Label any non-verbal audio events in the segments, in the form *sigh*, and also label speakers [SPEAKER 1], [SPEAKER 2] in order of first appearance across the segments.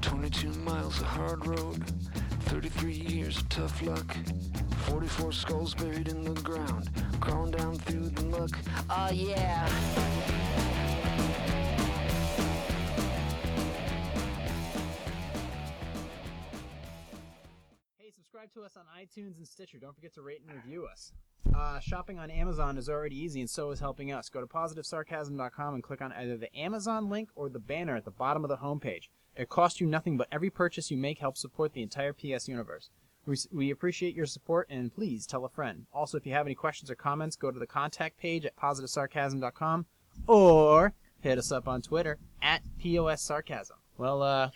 [SPEAKER 1] 22 miles of hard road, 33 years of tough luck, 44 skulls buried in the ground, crawling down through the muck. Oh yeah!
[SPEAKER 2] Hey, subscribe to us on iTunes and Stitcher. Don't forget to rate and review us. Uh, shopping on Amazon is already easy, and so is helping us. Go to positivesarcasm.com and click on either the Amazon link or the banner at the bottom of the homepage. It costs you nothing, but every purchase you make helps support the entire PS universe. We, we appreciate your support, and please tell a friend. Also, if you have any questions or comments, go to the contact page at positivesarcasm.com or hit us up on Twitter at POSSarcasm.
[SPEAKER 3] Well, uh,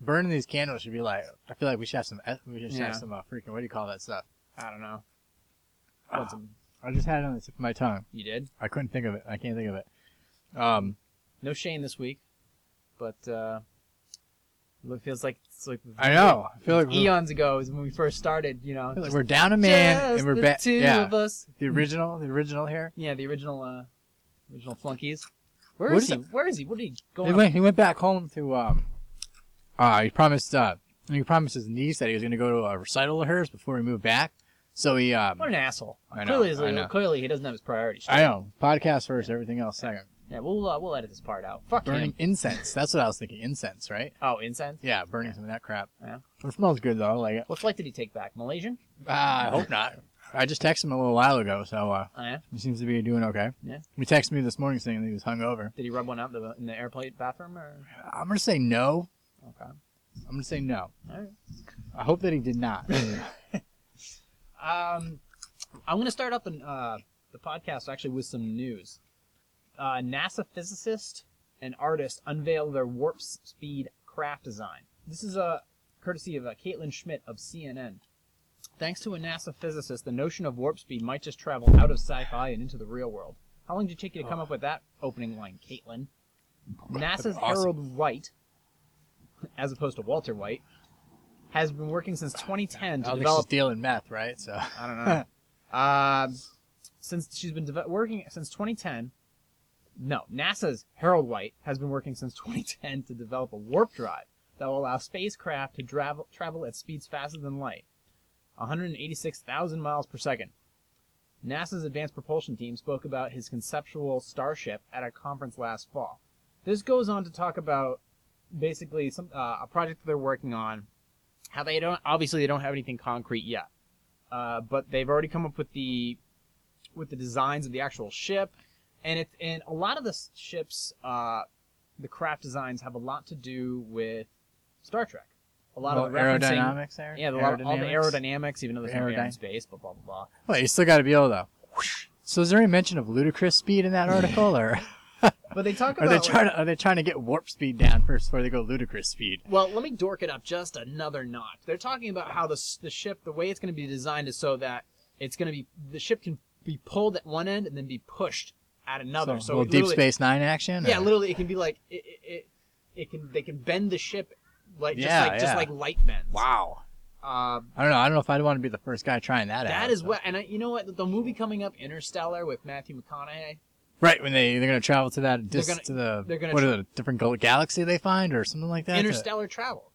[SPEAKER 3] burning these candles should be like. I feel like we should have some. eth- We should
[SPEAKER 2] Yeah.
[SPEAKER 3] have some uh, freaking. What do you call that stuff?
[SPEAKER 2] I don't know. Ah.
[SPEAKER 3] What's I just had it on the tip of my tongue.
[SPEAKER 2] You did?
[SPEAKER 3] I couldn't think of it. I can't think of it. Um,
[SPEAKER 2] No Shane this week, but uh, it feels like it's like
[SPEAKER 3] I know. I feel like we're,
[SPEAKER 2] eons ago is when we first started. You know,
[SPEAKER 3] I feel like we're down a man
[SPEAKER 2] Just
[SPEAKER 3] and we're
[SPEAKER 2] the
[SPEAKER 3] back.
[SPEAKER 2] Two
[SPEAKER 3] Yeah,
[SPEAKER 2] of us.
[SPEAKER 3] the original, the original here.
[SPEAKER 2] Yeah, the original, uh, original flunkies. Where
[SPEAKER 3] What
[SPEAKER 2] is
[SPEAKER 3] is
[SPEAKER 2] he?
[SPEAKER 3] that?
[SPEAKER 2] Where is he? What did he go?
[SPEAKER 3] He
[SPEAKER 2] on?
[SPEAKER 3] went, he went back home to. Um, uh, he promised. Uh, he promised his niece that he was going to go to a recital of hers before he moved back. So he. Um,
[SPEAKER 2] What an asshole!
[SPEAKER 3] I know,
[SPEAKER 2] clearly, he's-
[SPEAKER 3] I know.
[SPEAKER 2] clearly he doesn't have his priorities.
[SPEAKER 3] I know. Podcast first, everything else second.
[SPEAKER 2] yeah, we'll uh, we'll edit this part out. Fuck
[SPEAKER 3] Burning
[SPEAKER 2] him.
[SPEAKER 3] incense. That's what I was thinking. Incense, right?
[SPEAKER 2] Oh, incense.
[SPEAKER 3] Yeah, burning some of that crap.
[SPEAKER 2] Yeah.
[SPEAKER 3] It smells good though. Like,
[SPEAKER 2] What flight did he take back? Malaysian?
[SPEAKER 3] ah, I
[SPEAKER 2] *laughs*
[SPEAKER 3] hope not. I just texted him a little while ago, so uh,
[SPEAKER 2] Oh, yeah.
[SPEAKER 3] he seems to be doing okay.
[SPEAKER 2] Yeah.
[SPEAKER 3] He texted me this morning saying that he was hungover.
[SPEAKER 2] Did he rub one out in the, in the airplane bathroom or?
[SPEAKER 3] I'm gonna say no.
[SPEAKER 2] Okay.
[SPEAKER 3] I'm gonna say no.
[SPEAKER 2] All right.
[SPEAKER 3] I hope that he did not.
[SPEAKER 2] *laughs* Um, I'm going to start up the uh, the podcast actually with some news. Uh, NASA physicist and artist unveil their warp s- speed craft design. This is uh, courtesy of uh, Caitlin Schmidt of CNN. Thanks to a NASA physicist, the notion of warp speed might just travel out of sci-fi and into the real world. How long did it take you to come up with that opening line, Caitlin? NASA's
[SPEAKER 3] Awesome.
[SPEAKER 2] Harold White, as opposed to Walter White, has been working since 2010 to
[SPEAKER 3] I don't think she's
[SPEAKER 2] develop
[SPEAKER 3] dealing meth, right? So *laughs*
[SPEAKER 2] I don't know. Um since she's been deve- working since 2010. No, NASA's Harold White has been working since 2010 to develop a warp drive that will allow spacecraft to travel travel at speeds faster than light, 186,000 miles per second. NASA's advanced propulsion team spoke about his conceptual starship at a conference last fall. This goes on to talk about basically some uh, a project they're working on. How they don't obviously they don't have anything concrete yet, uh, but they've already come up with the with the designs of the actual ship, and it and a lot of the s- ships, uh, the craft designs have a lot to do with Star Trek. A lot of the referencing,
[SPEAKER 3] aerodynamics there.
[SPEAKER 2] yeah, the, lot of- all the
[SPEAKER 3] Aerodynamics?
[SPEAKER 2] aerodynamics, even though there's no air in
[SPEAKER 3] Aerodyn-
[SPEAKER 2] space, blah blah blah. blah.
[SPEAKER 3] Well, you still got to be able to. So is there any mention of ludicrous speed
[SPEAKER 2] *laughs*
[SPEAKER 3] in that article, or
[SPEAKER 2] But they talk
[SPEAKER 3] are
[SPEAKER 2] about
[SPEAKER 3] they
[SPEAKER 2] like-
[SPEAKER 3] trying to are they trying to get warp speed down first before they go ludicrous speed?
[SPEAKER 2] Well, let me dork it up just another notch. They're talking about how the s- the ship, the way it's going to be designed, is so that it's going to be the ship can be pulled at one end and then be pushed at another. So,
[SPEAKER 3] a little
[SPEAKER 2] it
[SPEAKER 3] Deep
[SPEAKER 2] literally-
[SPEAKER 3] Space Nine action.
[SPEAKER 2] Yeah,
[SPEAKER 3] or-
[SPEAKER 2] literally, it can be like it, it, it, it can they can bend the ship like just
[SPEAKER 3] Yeah,
[SPEAKER 2] like just
[SPEAKER 3] yeah.
[SPEAKER 2] like light bends.
[SPEAKER 3] Wow.
[SPEAKER 2] Um,
[SPEAKER 3] I don't know. I don't know if I'd want to be the first guy trying that, out.
[SPEAKER 2] that is what, and I, you know what? The- The movie coming up, Interstellar, with Matthew McConaughey.
[SPEAKER 3] Right when they they're gonna travel to that dis-
[SPEAKER 2] gonna-
[SPEAKER 3] to the
[SPEAKER 2] they're gonna
[SPEAKER 3] what
[SPEAKER 2] tr-
[SPEAKER 3] are the different gal- galaxy they find or something like that. to-
[SPEAKER 2] Interstellar travel.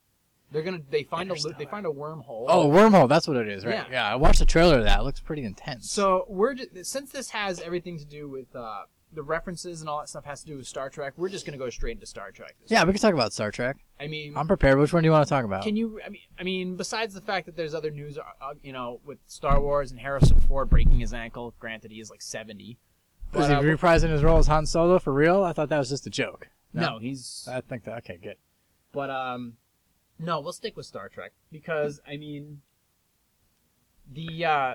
[SPEAKER 2] They're gonna they find a lo- they
[SPEAKER 3] Interstellar.
[SPEAKER 2] find a wormhole.
[SPEAKER 3] oh, wormhole. That's what it is, right?
[SPEAKER 2] Yeah.
[SPEAKER 3] Yeah. I watched the trailer. of That It looks pretty intense.
[SPEAKER 2] So we're just, since this has everything to do with uh, the references and all that stuff has to do with Star Trek, we're just gonna go straight into Star Trek. This
[SPEAKER 3] yeah, we can talk about Star Trek.
[SPEAKER 2] I mean,
[SPEAKER 3] I'm prepared. Which one do you want to talk about?
[SPEAKER 2] can you? I mean, I mean, besides the fact that there's other news, uh, uh, you know, with Star Wars and Harrison Ford breaking his ankle. Granted, he is like 70.
[SPEAKER 3] is
[SPEAKER 2] But,
[SPEAKER 3] he
[SPEAKER 2] uh,
[SPEAKER 3] reprising his role as Han Solo for real? I thought that was just a joke.
[SPEAKER 2] no, he's.
[SPEAKER 3] I think that. Okay, good.
[SPEAKER 2] But um, no, we'll stick with Star Trek because I mean, the uh,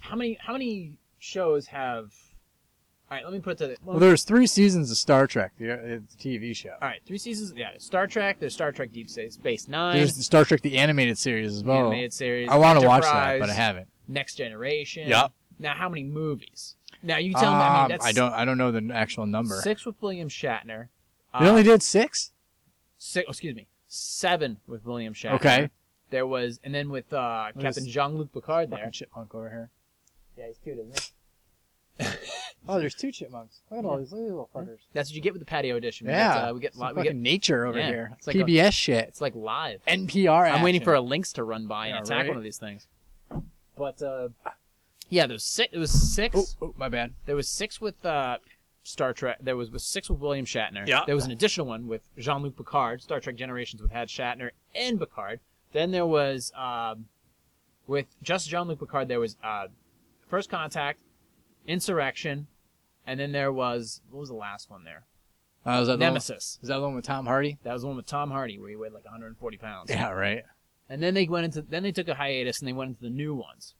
[SPEAKER 2] how many how many shows have? All right, let me put it to the.
[SPEAKER 3] Well, there's three seasons of Star Trek, the, uh, the TV show.
[SPEAKER 2] All right, three seasons. Yeah, Star Trek. There's Star Trek Deep Space Space Nine.
[SPEAKER 3] There's the Star Trek the animated series as
[SPEAKER 2] the
[SPEAKER 3] well.
[SPEAKER 2] animated series.
[SPEAKER 3] I want to watch that,
[SPEAKER 2] Enterprise,
[SPEAKER 3] but I haven't.
[SPEAKER 2] Next Generation.
[SPEAKER 3] Yep.
[SPEAKER 2] Now, how many movies? Now you tell me. I, mean,
[SPEAKER 3] Um,
[SPEAKER 2] that's
[SPEAKER 3] I don't. I don't know the actual number.
[SPEAKER 2] Six with William Shatner. uh,
[SPEAKER 3] They only did six.
[SPEAKER 2] six. excuse me. Seven with William Shatner.
[SPEAKER 3] Okay.
[SPEAKER 2] There was, and then with uh,
[SPEAKER 3] What
[SPEAKER 2] Captain
[SPEAKER 3] is-
[SPEAKER 2] Jean Luc Picard
[SPEAKER 3] Fucking
[SPEAKER 2] there.
[SPEAKER 3] chipmunk over here.
[SPEAKER 2] Yeah, he's cute, isn't
[SPEAKER 3] *laughs* Oh, there's two chipmunks. Look at all these little fuckers.
[SPEAKER 2] That's what you get with the patio edition. man.
[SPEAKER 3] Yeah,
[SPEAKER 2] That's, uh, we get
[SPEAKER 3] Some
[SPEAKER 2] li- we
[SPEAKER 3] fucking
[SPEAKER 2] get
[SPEAKER 3] nature over
[SPEAKER 2] yeah,
[SPEAKER 3] here.
[SPEAKER 2] it's like a-
[SPEAKER 3] PBS shit.
[SPEAKER 2] it's like live.
[SPEAKER 3] NPR.
[SPEAKER 2] I'm waiting
[SPEAKER 3] action.
[SPEAKER 2] for a lynx to run by and
[SPEAKER 3] Yeah,
[SPEAKER 2] attack
[SPEAKER 3] right?
[SPEAKER 2] one of these things. But uh, yeah, there was six. It was six.
[SPEAKER 3] Oh, oh, my bad.
[SPEAKER 2] There was six with uh, Star Trek. There was, was six with William Shatner.
[SPEAKER 3] Yeah.
[SPEAKER 2] There was an additional one with Jean Luc Picard. Star Trek Generations with had Shatner and Picard. Then there was um, with just Jean Luc Picard. There was uh, First Contact, Insurrection, and then there was what was the last one there?
[SPEAKER 3] Uh, is that the one-
[SPEAKER 2] Nemesis.
[SPEAKER 3] Is that the one with Tom Hardy?
[SPEAKER 2] That was the one with Tom Hardy where he weighed like 140 pounds.
[SPEAKER 3] Yeah, right.
[SPEAKER 2] And then they went into then they took a hiatus and they went into the new ones.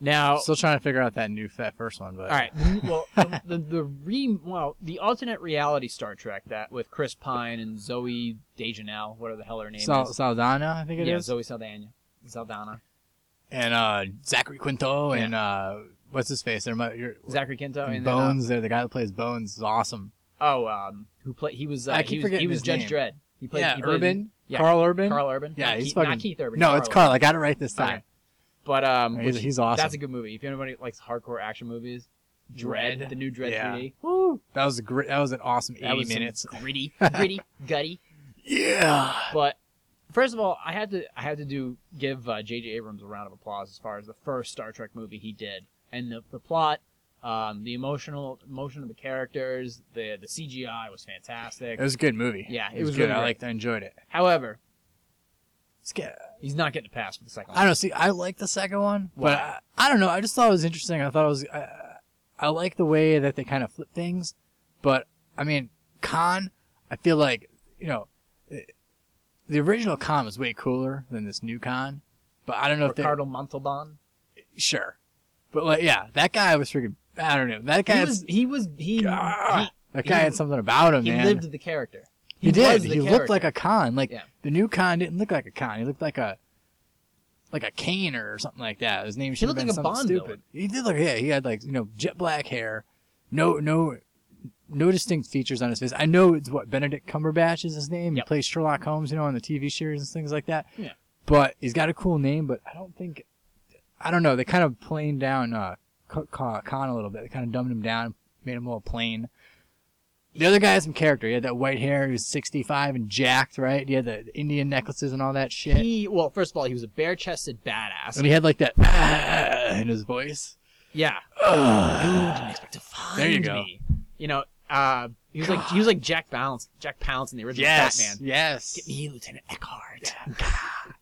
[SPEAKER 2] Now,
[SPEAKER 3] Still trying to figure out that new that first one, but
[SPEAKER 2] all right. the- *laughs* Well, the, the the re well the alternate reality Star Trek that with Chris Pine and Zoe Dejanel, whatever the hell her name
[SPEAKER 3] Sal-
[SPEAKER 2] is.
[SPEAKER 3] Saldana, I think it is,
[SPEAKER 2] yeah, Zoe Saldana. Saldana.
[SPEAKER 3] and uh, Zachary Quinto, and uh, what's his face? There, my, your,
[SPEAKER 2] Zachary Quinto and then, uh,
[SPEAKER 3] Bones. there, the guy that plays Bones is awesome.
[SPEAKER 2] oh, um, who played? He was. Uh,
[SPEAKER 3] I
[SPEAKER 2] he was, he
[SPEAKER 3] keep forgetting
[SPEAKER 2] was
[SPEAKER 3] his
[SPEAKER 2] Judge
[SPEAKER 3] name.
[SPEAKER 2] Dredd. He played.
[SPEAKER 3] yeah,
[SPEAKER 2] he played-
[SPEAKER 3] Urban.
[SPEAKER 2] yeah.
[SPEAKER 3] Carl Urban.
[SPEAKER 2] Carl Urban.
[SPEAKER 3] Yeah,
[SPEAKER 2] not
[SPEAKER 3] he's
[SPEAKER 2] Keith,
[SPEAKER 3] fucking.
[SPEAKER 2] not Keith Urban.
[SPEAKER 3] No, it's Carl. I got it right this
[SPEAKER 2] Urban.
[SPEAKER 3] time.
[SPEAKER 2] Okay. But um,
[SPEAKER 3] He's,
[SPEAKER 2] which-
[SPEAKER 3] he's awesome.
[SPEAKER 2] that's a good movie. If anybody likes hardcore action movies, Dread,
[SPEAKER 3] Dread.
[SPEAKER 2] the new Dread
[SPEAKER 3] Yeah.
[SPEAKER 2] 3D.
[SPEAKER 3] that was a great. That was an awesome
[SPEAKER 2] That
[SPEAKER 3] eighty
[SPEAKER 2] was some
[SPEAKER 3] minutes.
[SPEAKER 2] gritty, gritty, gutty.
[SPEAKER 3] Yeah.
[SPEAKER 2] But first of all, I had to I had to do give uh, J.J. Abrams a round of applause as far as the first Star Trek movie he did, and the, the plot, um, the emotional emotion of the characters, the the CGI was fantastic.
[SPEAKER 3] It was a good movie.
[SPEAKER 2] Yeah, it
[SPEAKER 3] it was,
[SPEAKER 2] was
[SPEAKER 3] good.
[SPEAKER 2] really
[SPEAKER 3] I
[SPEAKER 2] great.
[SPEAKER 3] liked. I enjoyed it.
[SPEAKER 2] However,
[SPEAKER 3] It's good.
[SPEAKER 2] he's not getting a pass for the second.
[SPEAKER 3] I
[SPEAKER 2] one.
[SPEAKER 3] don't know. See, I like the second one,
[SPEAKER 2] Why?
[SPEAKER 3] but I, I don't know. I just thought it was interesting. I thought it was. I, I like the way that they kind of flip things, but I mean, Khan. I feel like you know, eh, the original Khan was way cooler than this new Khan, but I don't know if
[SPEAKER 2] Ricardo Montalban.
[SPEAKER 3] they sure. But like, yeah, that guy was freaking. I don't know. That guy.
[SPEAKER 2] He
[SPEAKER 3] had-
[SPEAKER 2] was he was he
[SPEAKER 3] Ah, that
[SPEAKER 2] he-
[SPEAKER 3] guy had something about him,
[SPEAKER 2] he, he
[SPEAKER 3] man.
[SPEAKER 2] lived the character.
[SPEAKER 3] He, did.
[SPEAKER 2] was the
[SPEAKER 3] He looked
[SPEAKER 2] character.
[SPEAKER 3] like a con. Like
[SPEAKER 2] Yeah.
[SPEAKER 3] the new con didn't look like a con. He looked like a like a caner or something like that. His name should have
[SPEAKER 2] looked
[SPEAKER 3] been
[SPEAKER 2] like a
[SPEAKER 3] something
[SPEAKER 2] Bond
[SPEAKER 3] stupid.
[SPEAKER 2] villain.
[SPEAKER 3] He did look yeah, he had like, you know, jet black hair. No no no distinct features on his face. I know it's what Benedict Cumberbatch is his name.
[SPEAKER 2] Yep.
[SPEAKER 3] He plays Sherlock Holmes, you know, on the TV series and things like that.
[SPEAKER 2] Yeah.
[SPEAKER 3] But he's got a cool name, but I don't think I don't know, they kind of planed down uh Co- Co- Khan a little bit. They kind of dumbed him down, made him a little plain. The other guy had some character. He had that white hair. He was 65 and jacked, right? He had the Indian necklaces and all that shit.
[SPEAKER 2] He well, first of all, he was a bare chested badass.
[SPEAKER 3] and he had like that "Ah," in his voice.
[SPEAKER 2] yeah,
[SPEAKER 3] Ugh.
[SPEAKER 2] expect to find
[SPEAKER 3] There you go.
[SPEAKER 2] me. You know, uh, he was like he was like Jack Palance, Jack Palance in the original
[SPEAKER 3] yes.
[SPEAKER 2] Batman.
[SPEAKER 3] Yes.
[SPEAKER 2] Get me Lieutenant Eckhart.
[SPEAKER 3] *laughs* Love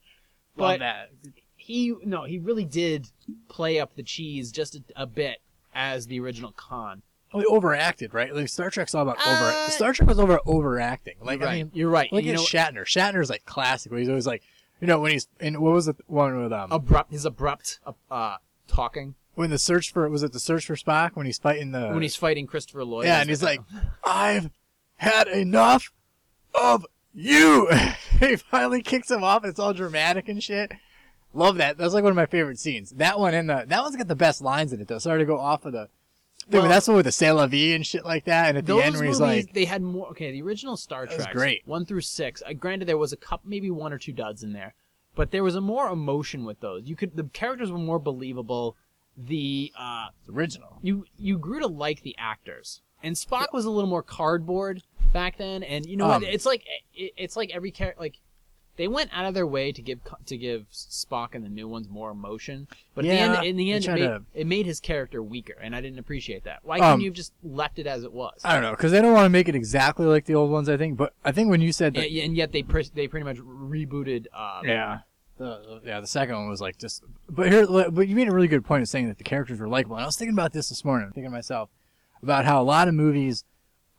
[SPEAKER 2] But
[SPEAKER 3] that.
[SPEAKER 2] he no, he really did play up the cheese just a, a bit as the original con.
[SPEAKER 3] Well, he overacted, right? Like Star Trek's all about
[SPEAKER 2] Uh,
[SPEAKER 3] over. Star Trek was over overacting. Like
[SPEAKER 2] You're right.
[SPEAKER 3] I mean,
[SPEAKER 2] You're right.
[SPEAKER 3] look
[SPEAKER 2] you
[SPEAKER 3] at
[SPEAKER 2] know,
[SPEAKER 3] Shatner. Shatner's like classic. Where he's always like, you know, when he's in what was the one with um
[SPEAKER 2] abrupt his abrupt uh, uh, talking
[SPEAKER 3] when the search for was it the search for Spock when he's fighting the
[SPEAKER 2] when he's uh, fighting Christopher Lloyd.
[SPEAKER 3] Uh, Yeah, and he's like, I've had enough of you. *laughs* he finally kicks him off. It's all dramatic and shit. Love that. That's like one of my favorite scenes. That one and the that one's got the best lines in it though. Sorry to go off of the. Dude,
[SPEAKER 2] Well-
[SPEAKER 3] that's the one with the C'est la vie and shit like that. And at the
[SPEAKER 2] Those
[SPEAKER 3] end, where
[SPEAKER 2] movies,
[SPEAKER 3] he's like,
[SPEAKER 2] they had more. Okay, the original Star
[SPEAKER 3] That was
[SPEAKER 2] Trek,
[SPEAKER 3] great.
[SPEAKER 2] one through six. Uh, granted, there was a cup, maybe one or two duds in there, but there was a more emotion with those. You could the characters were more believable. The uh,
[SPEAKER 3] it's original.
[SPEAKER 2] you you grew to like the actors, and Spock was a little more cardboard back then. And you know what?
[SPEAKER 3] Um,
[SPEAKER 2] It's like it, it's like every character like. They went out of their way to give co- to give Spock and the new ones more emotion, but at the
[SPEAKER 3] Yeah,
[SPEAKER 2] end, in the
[SPEAKER 3] they
[SPEAKER 2] end, it
[SPEAKER 3] tried
[SPEAKER 2] made,
[SPEAKER 3] to-
[SPEAKER 2] it made his character weaker, and I didn't appreciate that. Why couldn't
[SPEAKER 3] Um,
[SPEAKER 2] you have just left it as it was?
[SPEAKER 3] I don't know, because they don't want to make it exactly like the old ones, I think. But I think when you said
[SPEAKER 2] and,
[SPEAKER 3] that,
[SPEAKER 2] and yet they pre- they pretty much rebooted. Um,
[SPEAKER 3] yeah, the, the- yeah, the second one was like just. But here, but you made a really good point of saying that the characters were likable. And I was thinking about this this morning, thinking to myself about how a lot of movies,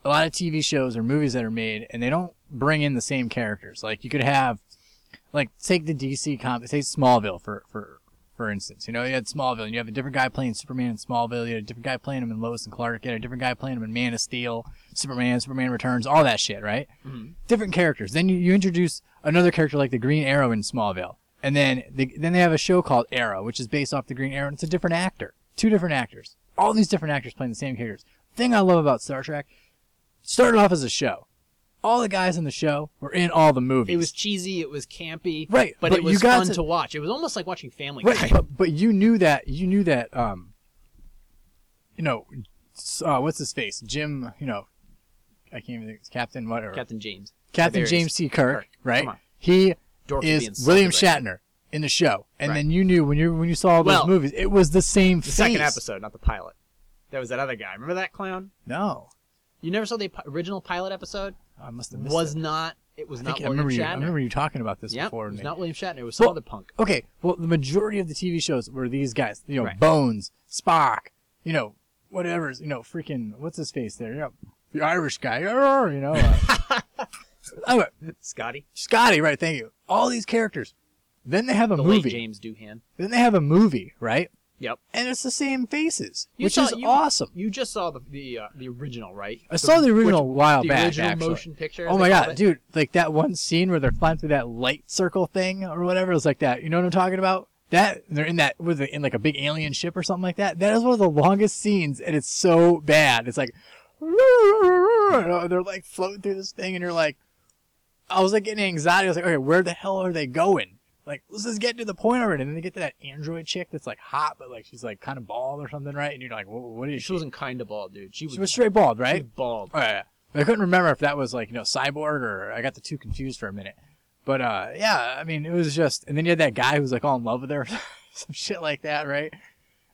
[SPEAKER 3] a lot of TV shows or movies that are made, and they don't bring in the same characters. Like you could have, like take the DC comic, take Smallville for for for instance. You know, you had Smallville, and you have a different guy playing Superman in Smallville. You had a different guy playing him in Lois and Clark. You had a different guy playing him in Man of Steel, Superman, Superman Returns, all that shit, right?
[SPEAKER 2] Mhm.
[SPEAKER 3] Different characters. Then you, you introduce another character like the Green Arrow in Smallville, and then they, then they have a show called Arrow, which is based off the Green Arrow, and it's a different actor, two different actors, all these different actors playing the same characters. Thing I love about Star Trek started off as a show. All the guys in the show were in all the movies.
[SPEAKER 2] It was cheesy. It was campy.
[SPEAKER 3] Right,
[SPEAKER 2] But,
[SPEAKER 3] but
[SPEAKER 2] it
[SPEAKER 3] you
[SPEAKER 2] was
[SPEAKER 3] got
[SPEAKER 2] fun to...
[SPEAKER 3] to-
[SPEAKER 2] watch. It was almost like watching Family
[SPEAKER 3] right
[SPEAKER 2] Guy.
[SPEAKER 3] but, but you knew that you knew that um you know uh, what's his face? Jim, you know, I can't even think. Captain whatever.
[SPEAKER 2] Captain James.
[SPEAKER 3] Captain
[SPEAKER 2] Tiberius.
[SPEAKER 3] James C. Kirk,
[SPEAKER 2] Kirk,
[SPEAKER 3] right?
[SPEAKER 2] come on.
[SPEAKER 3] He
[SPEAKER 2] Dork would be
[SPEAKER 3] is
[SPEAKER 2] insulted
[SPEAKER 3] William
[SPEAKER 2] right
[SPEAKER 3] Shatner in the show, and
[SPEAKER 2] Right.
[SPEAKER 3] then you knew when you when you saw all those
[SPEAKER 2] Well,
[SPEAKER 3] movies, it was the same
[SPEAKER 2] The second
[SPEAKER 3] face.
[SPEAKER 2] episode, not the pilot. There was that other guy. Remember that clown?
[SPEAKER 3] No,
[SPEAKER 2] You never saw the pi- original pilot episode?
[SPEAKER 3] I must have missed
[SPEAKER 2] Was
[SPEAKER 3] it.
[SPEAKER 2] not. It was
[SPEAKER 3] I,
[SPEAKER 2] not
[SPEAKER 3] think I
[SPEAKER 2] William
[SPEAKER 3] remember you. I
[SPEAKER 2] Shatner.
[SPEAKER 3] remember you talking about this
[SPEAKER 2] yeah, it
[SPEAKER 3] before.
[SPEAKER 2] was
[SPEAKER 3] me.
[SPEAKER 2] not William Shatner. It was some
[SPEAKER 3] Well-
[SPEAKER 2] other punk.
[SPEAKER 3] Okay, well, the majority of the TV shows were these guys, you know,
[SPEAKER 2] Right.
[SPEAKER 3] Bones, Spock, you know, whatever's, you know, freaking, what's his face there, you know, the Irish guy, "Arr," you know, uh,
[SPEAKER 2] *laughs*
[SPEAKER 3] oh,
[SPEAKER 2] Scotty.
[SPEAKER 3] Scotty, right? Thank you. All these characters. Then they have a
[SPEAKER 2] The late
[SPEAKER 3] movie.
[SPEAKER 2] James Doohan.
[SPEAKER 3] Then they have a movie, right?
[SPEAKER 2] Yep.
[SPEAKER 3] And it's the same faces,
[SPEAKER 2] You
[SPEAKER 3] which
[SPEAKER 2] saw-
[SPEAKER 3] is
[SPEAKER 2] you-
[SPEAKER 3] awesome.
[SPEAKER 2] You just saw the the, uh, the original, right?
[SPEAKER 3] I saw the original a
[SPEAKER 2] which-
[SPEAKER 3] while
[SPEAKER 2] the
[SPEAKER 3] back,
[SPEAKER 2] original
[SPEAKER 3] actually.
[SPEAKER 2] motion picture.
[SPEAKER 3] Oh
[SPEAKER 2] they
[SPEAKER 3] my
[SPEAKER 2] called
[SPEAKER 3] god,
[SPEAKER 2] it.
[SPEAKER 3] dude! Like that one scene where they're flying through that light circle thing or whatever. It's like that. You know what I'm talking about? That they're in that with in like a big alien ship or something like that. That is one of the longest scenes, and it's so bad. It's like and uh, they're like floating through this thing, and you're like, I was like getting anxiety. I was like, okay, where the hell are they going? Like, let's just get to the point already. And then they get to that android chick that's like hot, but like she's like kind of bald or something, right? And you're like, "Wha- what is
[SPEAKER 2] She
[SPEAKER 3] she?
[SPEAKER 2] wasn't kind of bald, dude. She was,
[SPEAKER 3] She was straight bald,
[SPEAKER 2] she
[SPEAKER 3] right?
[SPEAKER 2] was bald.
[SPEAKER 3] Oh, yeah. But I couldn't remember if that was like, you know, Cyborg or I got the two confused for a minute. But uh yeah, I mean, it was just and then you had that guy who was like all in love with her, *laughs* some shit like that, right?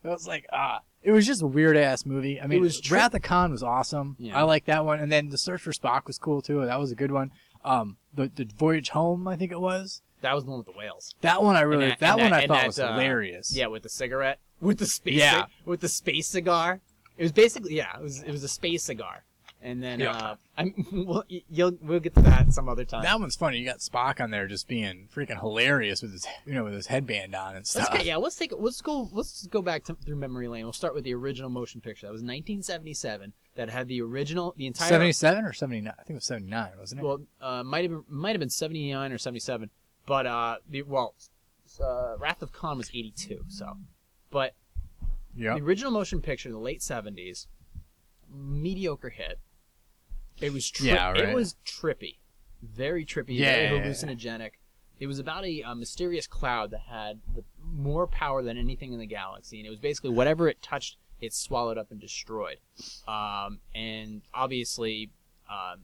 [SPEAKER 3] It was like ah, it was just a weird ass movie. I mean,
[SPEAKER 2] was tri-
[SPEAKER 3] Wrath of Khan was awesome.
[SPEAKER 2] Yeah.
[SPEAKER 3] I like that one, and then The Search for Spock was cool too. That was a good one. Um, the the Voyage Home, I think it was.
[SPEAKER 2] That was the one with the whales.
[SPEAKER 3] That one I
[SPEAKER 2] And
[SPEAKER 3] really that,
[SPEAKER 2] and
[SPEAKER 3] one I
[SPEAKER 2] and
[SPEAKER 3] thought
[SPEAKER 2] that,
[SPEAKER 3] was
[SPEAKER 2] uh,
[SPEAKER 3] hilarious.
[SPEAKER 2] Yeah, with the cigarette, *laughs* with the space,
[SPEAKER 3] Yeah.
[SPEAKER 2] with the space cigar. It was basically yeah, it was it was a space cigar. And then
[SPEAKER 3] Yeah.
[SPEAKER 2] uh, *laughs* I'm, we'll y- you'll we'll get to that some other time.
[SPEAKER 3] That one's funny. You got Spock on there just being freaking hilarious with his, you know, with his headband on and stuff.
[SPEAKER 2] Let's get, yeah, let's take let's go let's go back to, through memory lane. We'll start with the original motion picture. That was 1977. That had the original the entire
[SPEAKER 3] 77 or 79 i think it was 79 wasn't it
[SPEAKER 2] well uh, might have been might have been 79 or 77, but uh the well uh, Wrath of Khan was 82. So, but
[SPEAKER 3] yeah
[SPEAKER 2] The original motion picture in the late seventies, mediocre hit. It was tri-
[SPEAKER 3] Yeah,
[SPEAKER 2] it
[SPEAKER 3] right.
[SPEAKER 2] was trippy, very trippy,
[SPEAKER 3] Yeah, yeah,
[SPEAKER 2] very
[SPEAKER 3] yeah, yeah.
[SPEAKER 2] hallucinogenic. It was about a, uh mysterious cloud that had the, more power than anything in the galaxy, and it was basically whatever it touched, it swallowed up and destroyed. Um, and obviously, um,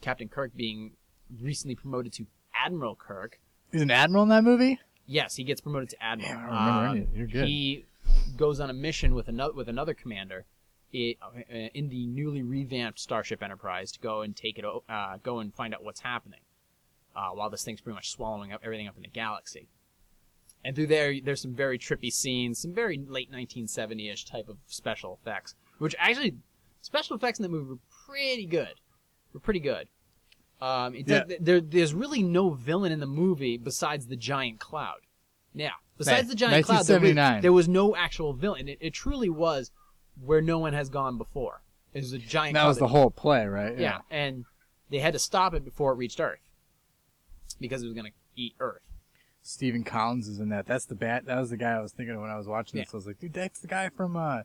[SPEAKER 2] Captain Kirk being recently promoted to Admiral Kirk.
[SPEAKER 3] he's an admiral in that movie
[SPEAKER 2] Yes, he gets promoted to admiral. Um,
[SPEAKER 3] Yeah, I don't remember any of it. You're good.
[SPEAKER 2] Uh, He goes on a mission with another with another commander i- uh, in the newly revamped Starship Enterprise to go and take it, o- uh, go and find out what's happening, uh, while this thing's pretty much swallowing up everything up in the galaxy. And through there, there's some very trippy scenes, some very late 1970-ish type of special effects, which actually special effects in the movie were pretty good. Were pretty good. Um, it does-
[SPEAKER 3] Yeah.
[SPEAKER 2] there, there's really no villain in the movie besides the giant cloud. Now, besides
[SPEAKER 3] Right.
[SPEAKER 2] the giant cloud, there was,
[SPEAKER 3] 1979.
[SPEAKER 2] there was no actual villain. It, it truly was where no one has gone before. It was a giant.
[SPEAKER 3] that
[SPEAKER 2] cloud
[SPEAKER 3] was the whole play right
[SPEAKER 2] yeah. and they had to stop it before it reached Earth because it was going to eat Earth.
[SPEAKER 3] stephen collins is in that that's the bat that was the guy i was thinking of when i was watching this i was like dude that's the guy from uh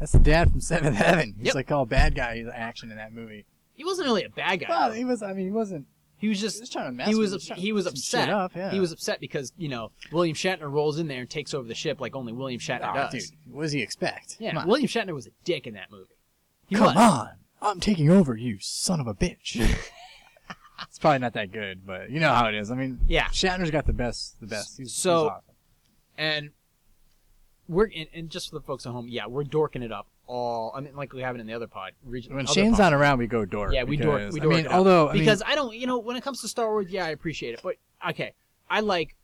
[SPEAKER 3] that's the dad from seventh heaven he's
[SPEAKER 2] Yep.
[SPEAKER 3] like all bad guy he's action in that movie
[SPEAKER 2] He wasn't really a bad guy.
[SPEAKER 3] well
[SPEAKER 2] though.
[SPEAKER 3] he was i mean he wasn't
[SPEAKER 2] he was
[SPEAKER 3] he was
[SPEAKER 2] just
[SPEAKER 3] trying to mess
[SPEAKER 2] he
[SPEAKER 3] with-
[SPEAKER 2] was
[SPEAKER 3] trying to
[SPEAKER 2] he was
[SPEAKER 3] fuck some
[SPEAKER 2] upset.
[SPEAKER 3] shit up, yeah.
[SPEAKER 2] He was upset because you know William Shatner rolls in there and takes over the ship like only William Shatner
[SPEAKER 3] oh,
[SPEAKER 2] does.
[SPEAKER 3] dude what does he expect
[SPEAKER 2] Yeah,
[SPEAKER 3] come on,
[SPEAKER 2] William Shatner was a dick in that movie. He was.
[SPEAKER 3] Come on. i'm taking over you son of a bitch *laughs* it's probably not that good but you know how it is i mean
[SPEAKER 2] Yeah.
[SPEAKER 3] shatner's got the best the best he's,
[SPEAKER 2] So-
[SPEAKER 3] he's awesome.
[SPEAKER 2] and we're and, and just for the folks at home, yeah, we're dorking it up all. I mean, like we have it in the other pod. Region,
[SPEAKER 3] When
[SPEAKER 2] other
[SPEAKER 3] Shane's
[SPEAKER 2] pod.
[SPEAKER 3] not around, we go dork.
[SPEAKER 2] yeah, we dork.
[SPEAKER 3] because,
[SPEAKER 2] We
[SPEAKER 3] I
[SPEAKER 2] dork
[SPEAKER 3] mean,
[SPEAKER 2] it up.
[SPEAKER 3] although I mean,
[SPEAKER 2] because I don't, you know, when it comes to Star Wars, yeah, I appreciate it, but okay, I like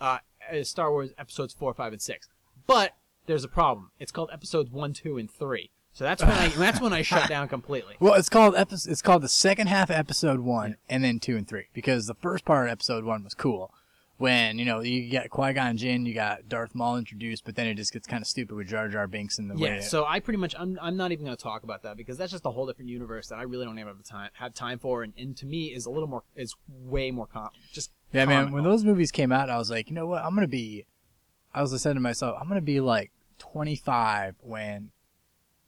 [SPEAKER 2] uh, uh, Star Wars episodes four, five, and six, but there's a problem. It's called episodes one, two, and three. So that's when
[SPEAKER 3] *laughs*
[SPEAKER 2] I that's when I shut down completely.
[SPEAKER 3] well, it's called episode. It's called the second half of episode one, and then two and three, because the first part of episode one was cool. When you know you got Qui Gon Jinn, you got Darth Maul introduced, but then it just gets kind of stupid with Jar Jar Binks and the way.
[SPEAKER 2] Yeah,
[SPEAKER 3] it-
[SPEAKER 2] so I pretty much I'm, I'm not even going to talk about that because that's just a whole different universe that I really don't have time have time for, and, and to me is a little more is way more com- just
[SPEAKER 3] yeah, man. When
[SPEAKER 2] comical.
[SPEAKER 3] those movies came out, I was like, you know what? I'm gonna be. I was saying to myself, I'm gonna be like 25 when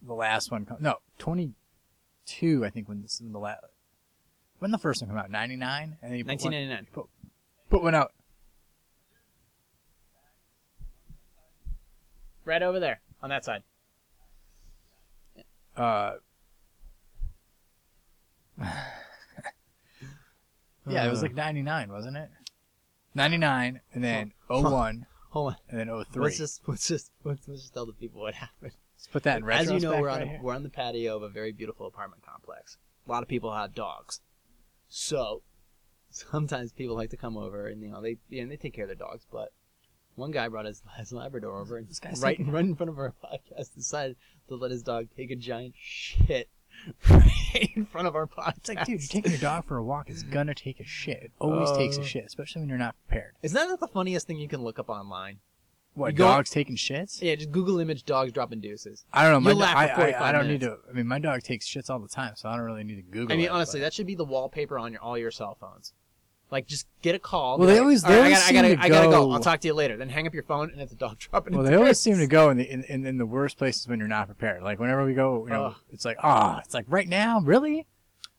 [SPEAKER 3] the last one comes. No, 22, I think when this when the last when the first one came out, 99, and then you put one-
[SPEAKER 2] 1999.
[SPEAKER 3] Put, put one out.
[SPEAKER 2] Right over there on that side.
[SPEAKER 3] Uh, *laughs* yeah, it was like 99, wasn't it? 99, and then 01,
[SPEAKER 2] Hold on.
[SPEAKER 3] and then 03.
[SPEAKER 2] Let's
[SPEAKER 3] Let's just,
[SPEAKER 2] just let's just let's, let's just tell the people what happened.
[SPEAKER 3] put that in
[SPEAKER 2] As
[SPEAKER 3] retrospect.
[SPEAKER 2] you know, we're on
[SPEAKER 3] right
[SPEAKER 2] a,
[SPEAKER 3] here.
[SPEAKER 2] we're on the patio of a very beautiful apartment complex. A lot of people have dogs, so sometimes people like to come over and you know they yeah, and they take care of their dogs. But one guy brought his, his Labrador over and
[SPEAKER 3] This guy's
[SPEAKER 2] right
[SPEAKER 3] taking-
[SPEAKER 2] right in front of our *laughs* podcast decided to let his dog take a giant shit *laughs* right in front of our podcast.
[SPEAKER 3] It's like, dude, you're taking your dog for a walk. It's gonna take a shit. It always takes a
[SPEAKER 2] Uh,
[SPEAKER 3] shit, especially when you're not prepared.
[SPEAKER 2] Isn't that the funniest thing you can look up online?
[SPEAKER 3] What
[SPEAKER 2] you go-
[SPEAKER 3] dogs taking shits?
[SPEAKER 2] Yeah, just Google image dogs dropping deuces.
[SPEAKER 3] I don't know. My
[SPEAKER 2] You'll
[SPEAKER 3] do-
[SPEAKER 2] laugh for
[SPEAKER 3] I, I, I
[SPEAKER 2] 45
[SPEAKER 3] don't need to. I mean, my dog takes shits all the time, so I don't really need to Google.
[SPEAKER 2] I mean,
[SPEAKER 3] it,
[SPEAKER 2] honestly,
[SPEAKER 3] but-
[SPEAKER 2] that should be the wallpaper on your all your cell phones. Like, just get a call.
[SPEAKER 3] Well,
[SPEAKER 2] be
[SPEAKER 3] they
[SPEAKER 2] like,
[SPEAKER 3] always-
[SPEAKER 2] "All
[SPEAKER 3] they
[SPEAKER 2] right,
[SPEAKER 3] always
[SPEAKER 2] I gotta,
[SPEAKER 3] seem to
[SPEAKER 2] I gotta, I gotta go.
[SPEAKER 3] go-
[SPEAKER 2] I'll talk to you later. Then hang up your phone and it's a dog dropping.
[SPEAKER 3] Well,
[SPEAKER 2] its
[SPEAKER 3] they always
[SPEAKER 2] pants. *laughs*
[SPEAKER 3] seem to go in the in, in, in the worst places when you're not prepared. Like whenever we go, you know,
[SPEAKER 2] Ugh.
[SPEAKER 3] it's like ah, it's like right now, really.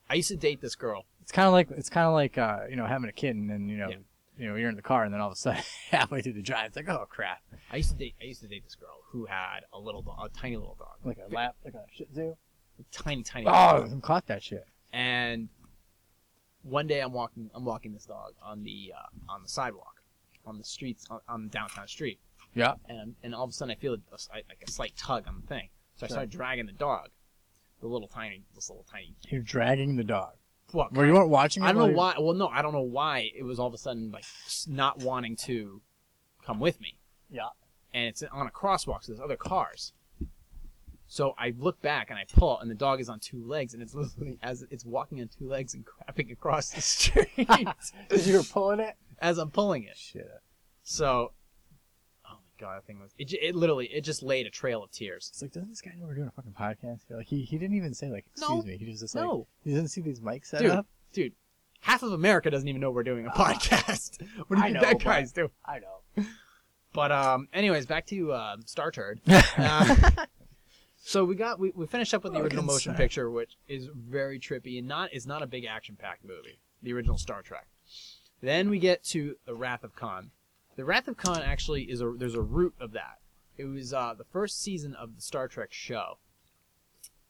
[SPEAKER 2] I used to date this girl.
[SPEAKER 3] It's kind of like it's kind of like uh, you know having a kid and then you know
[SPEAKER 2] Yeah.
[SPEAKER 3] you know you're in the car and then all of a sudden *laughs* halfway through the drive it's like oh crap,
[SPEAKER 2] I used to date. I used to date this girl who had a little dog, a tiny little dog,
[SPEAKER 3] like a lap, like a Shih Tzu.
[SPEAKER 2] tiny, tiny.
[SPEAKER 3] Oh,
[SPEAKER 2] dog.
[SPEAKER 3] caught that shit.
[SPEAKER 2] And one day I'm walking. I'm walking this dog on the uh, on the sidewalk, on the streets, on, on the downtown street.
[SPEAKER 3] Yeah.
[SPEAKER 2] and and all of a sudden I feel a, a- like a slight tug on the thing. So I
[SPEAKER 3] Sure.
[SPEAKER 2] started dragging the dog, the little tiny, this little tiny.
[SPEAKER 3] You're dragging the dog.
[SPEAKER 2] Fuck.
[SPEAKER 3] Were you weren't watching? it
[SPEAKER 2] I don't
[SPEAKER 3] while
[SPEAKER 2] know
[SPEAKER 3] you- *laughs*
[SPEAKER 2] why. Well, no, I don't know why it was all of a sudden like s- not wanting to come with me.
[SPEAKER 3] Yeah.
[SPEAKER 2] And it's on a crosswalk, so there's other cars. So I look back and I pull, and the dog is on two legs, and it's *laughs* literally as it's walking on two legs and crapping across the street
[SPEAKER 3] *laughs* you were pulling it.
[SPEAKER 2] *laughs* as I'm pulling it.
[SPEAKER 3] Shit.
[SPEAKER 2] So, oh my god, that thing was it. ju- It literally it just laid a trail of tears.
[SPEAKER 3] It's like, doesn't this guy know we're doing a fucking podcast? here? Like, he, he didn't even say like, excuse
[SPEAKER 2] No.
[SPEAKER 3] me. He was just like,
[SPEAKER 2] No,
[SPEAKER 3] he doesn't see these mics set
[SPEAKER 2] Dude,
[SPEAKER 3] up.
[SPEAKER 2] dude, half of America doesn't even know we're
[SPEAKER 3] *laughs*
[SPEAKER 2] doing a
[SPEAKER 3] Ah.
[SPEAKER 2] podcast. *laughs* what do you
[SPEAKER 3] I
[SPEAKER 2] think
[SPEAKER 3] know,
[SPEAKER 2] that
[SPEAKER 3] but-
[SPEAKER 2] guy's doing?
[SPEAKER 3] I know.
[SPEAKER 2] But um, anyways, back to uh, Star Turd.
[SPEAKER 3] yeah,
[SPEAKER 2] Uh, so we got we, we finished up with the
[SPEAKER 3] Fucking
[SPEAKER 2] original motion
[SPEAKER 3] sad.
[SPEAKER 2] picture, which is very trippy and not is not a big action packed movie. The original Star Trek. Then we get to the Wrath of Khan. The Wrath of Khan actually is a there's a root of that. It was uh, the first season of the Star Trek show.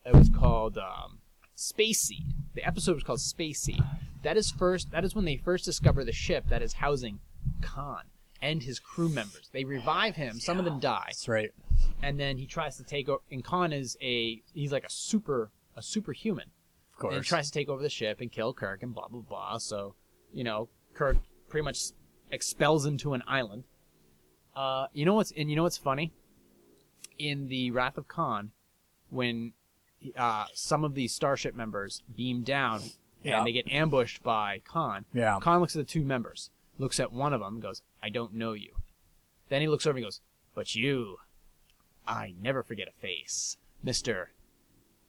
[SPEAKER 2] It was called um, Space Seed. The episode was called Space Seed. That is first. That is when they first discover the ship that is housing Khan and his crew members. They revive him. Some of them die
[SPEAKER 3] that's right.
[SPEAKER 2] and then he tries to take over. And Khan is a he's like a super a superhuman,
[SPEAKER 3] Of
[SPEAKER 2] and he
[SPEAKER 3] course.
[SPEAKER 2] tries to take over the ship and kill Kirk and blah blah blah. So you know Kirk pretty much expels him to an island. Uh, you know what's and you know what's funny? In the Wrath of Khan, when uh, some of the starship members beam down
[SPEAKER 3] Yeah.
[SPEAKER 2] and they get ambushed by Khan,
[SPEAKER 3] yeah.
[SPEAKER 2] Khan Um, looks at the two members, looks at one of them, and goes, I don't know you. Then he looks over and goes, But you, I never forget a face, Mr.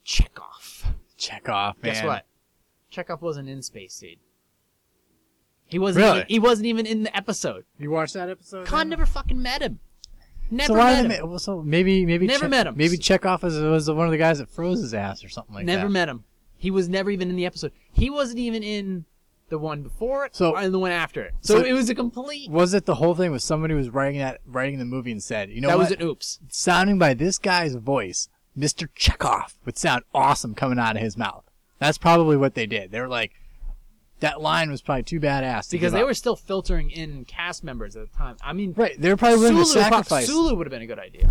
[SPEAKER 2] Chekhov.
[SPEAKER 3] Check off, man.
[SPEAKER 2] Guess what? Chekhov wasn't in Space Seed. He wasn't,
[SPEAKER 3] Really?
[SPEAKER 2] even, he wasn't even in the episode.
[SPEAKER 3] You watched that episode?
[SPEAKER 2] Khan never fucking met him. Never
[SPEAKER 3] so why
[SPEAKER 2] met him.
[SPEAKER 3] did they- well, so maybe maybe
[SPEAKER 2] Never
[SPEAKER 3] Che-
[SPEAKER 2] met him.
[SPEAKER 3] Maybe Chekhov was, was one of the guys that froze his ass or something like
[SPEAKER 2] never
[SPEAKER 3] that.
[SPEAKER 2] met him. He was never even in the episode. He wasn't even in the one before it
[SPEAKER 3] So-
[SPEAKER 2] or in the one after it. So,
[SPEAKER 3] so-
[SPEAKER 2] it was a complete.
[SPEAKER 3] Was it the whole thing with somebody who was writing that writing the movie and said, you know
[SPEAKER 2] that
[SPEAKER 3] what?
[SPEAKER 2] was an oops.
[SPEAKER 3] Sounding by this guy's voice, Mr. Chekhov would sound awesome coming out of his mouth. That's probably what they did. They were like, that line was probably too badass. to
[SPEAKER 2] because
[SPEAKER 3] give
[SPEAKER 2] they
[SPEAKER 3] up.
[SPEAKER 2] were still filtering in cast members at the time. I mean,
[SPEAKER 3] right. They were probably willing to
[SPEAKER 2] Sulu, prob-
[SPEAKER 3] sacrifice.
[SPEAKER 2] Sulu would have been a good idea.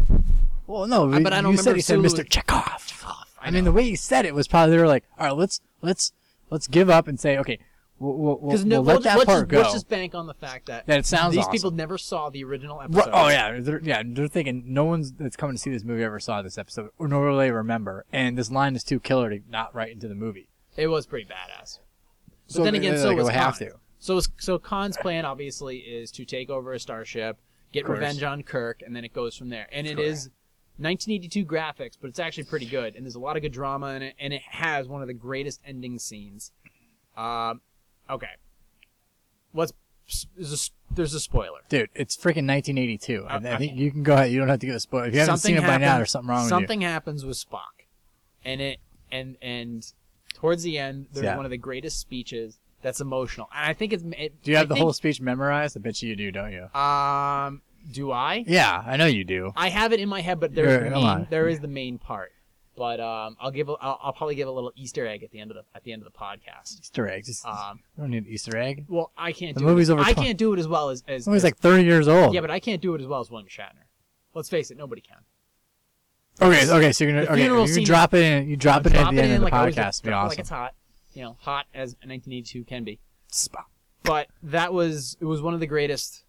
[SPEAKER 3] Well, no,
[SPEAKER 2] I- but I don't
[SPEAKER 3] you said
[SPEAKER 2] remember
[SPEAKER 3] he said
[SPEAKER 2] Sulu
[SPEAKER 3] Mr.
[SPEAKER 2] was-
[SPEAKER 3] Chekhov.
[SPEAKER 2] I
[SPEAKER 3] I, mean, the way he said it was probably they were like, all right, let's let's let's give up and say, okay, we'll, we'll, we'll,
[SPEAKER 2] Because no,
[SPEAKER 3] we'll let
[SPEAKER 2] we'll
[SPEAKER 3] that
[SPEAKER 2] just,
[SPEAKER 3] part
[SPEAKER 2] let's,
[SPEAKER 3] go.
[SPEAKER 2] just, let's just bank on the fact that
[SPEAKER 3] That it sounds
[SPEAKER 2] these
[SPEAKER 3] awesome.
[SPEAKER 2] people never saw the original
[SPEAKER 3] Ru-
[SPEAKER 2] episode.
[SPEAKER 3] oh yeah, they're, yeah, they're thinking no one's that's coming to see this movie ever saw this episode, or nor will they remember. And this line is too killer to not write into the movie.
[SPEAKER 2] it was pretty badass. But
[SPEAKER 3] So
[SPEAKER 2] then
[SPEAKER 3] they-
[SPEAKER 2] again,
[SPEAKER 3] they're
[SPEAKER 2] so
[SPEAKER 3] like,
[SPEAKER 2] was
[SPEAKER 3] we have
[SPEAKER 2] Khan.
[SPEAKER 3] to.
[SPEAKER 2] So is- so Khan's plan obviously is to take over a starship, get
[SPEAKER 3] course.
[SPEAKER 2] revenge on Kirk, and then it goes from there. And it
[SPEAKER 3] Correct.
[SPEAKER 2] is 1982 graphics, but it's actually pretty good, and there's a lot of good drama in it, and it has one of the greatest ending scenes. Um, okay, let's there's a, s- there's a spoiler.
[SPEAKER 3] Dude, it's freaking 1982. I,
[SPEAKER 2] Uh,
[SPEAKER 3] I think you can go ahead. You don't have to give a spoiler. If you haven't seen it by now,
[SPEAKER 2] happens-
[SPEAKER 3] there's something wrong with
[SPEAKER 2] Something happens with Spock, and it and and towards the end, there's
[SPEAKER 3] Yeah.
[SPEAKER 2] one of the greatest speeches that's emotional, and I think it's. It,
[SPEAKER 3] you. Do you have
[SPEAKER 2] I
[SPEAKER 3] the
[SPEAKER 2] think-
[SPEAKER 3] whole speech memorized? I bet you do, don't you?
[SPEAKER 2] Um, do I?
[SPEAKER 3] Yeah, I know you do.
[SPEAKER 2] I have it in my head, but there's
[SPEAKER 3] Yeah,
[SPEAKER 2] the
[SPEAKER 3] come on.
[SPEAKER 2] main, there is the main part. But um, I'll give a, I'll, I'll probably give a little Easter egg at the end of the at the end of the podcast.
[SPEAKER 3] Easter egg. Just,
[SPEAKER 2] Um,
[SPEAKER 3] we don't need an Easter egg.
[SPEAKER 2] well, I can't.
[SPEAKER 3] The
[SPEAKER 2] do
[SPEAKER 3] movie's
[SPEAKER 2] it.
[SPEAKER 3] over
[SPEAKER 2] I
[SPEAKER 3] twen-
[SPEAKER 2] can't do it as well as as.
[SPEAKER 3] Somebody's
[SPEAKER 2] as-
[SPEAKER 3] like oh. 30 years old.
[SPEAKER 2] yeah, but I can't do it as well as William Shatner. Let's face it, nobody can.
[SPEAKER 3] okay, so- okay. So you're
[SPEAKER 2] The
[SPEAKER 3] gonna okay.
[SPEAKER 2] funeral
[SPEAKER 3] You
[SPEAKER 2] scene-
[SPEAKER 3] drop it in. You drop it in at
[SPEAKER 2] Drop
[SPEAKER 3] the end of the
[SPEAKER 2] like I always do,
[SPEAKER 3] podcast. It'd be
[SPEAKER 2] drop it
[SPEAKER 3] awesome.
[SPEAKER 2] Like it's hot, you know, hot as 1982 can be.
[SPEAKER 3] Spot.
[SPEAKER 2] but that was it was one of the greatest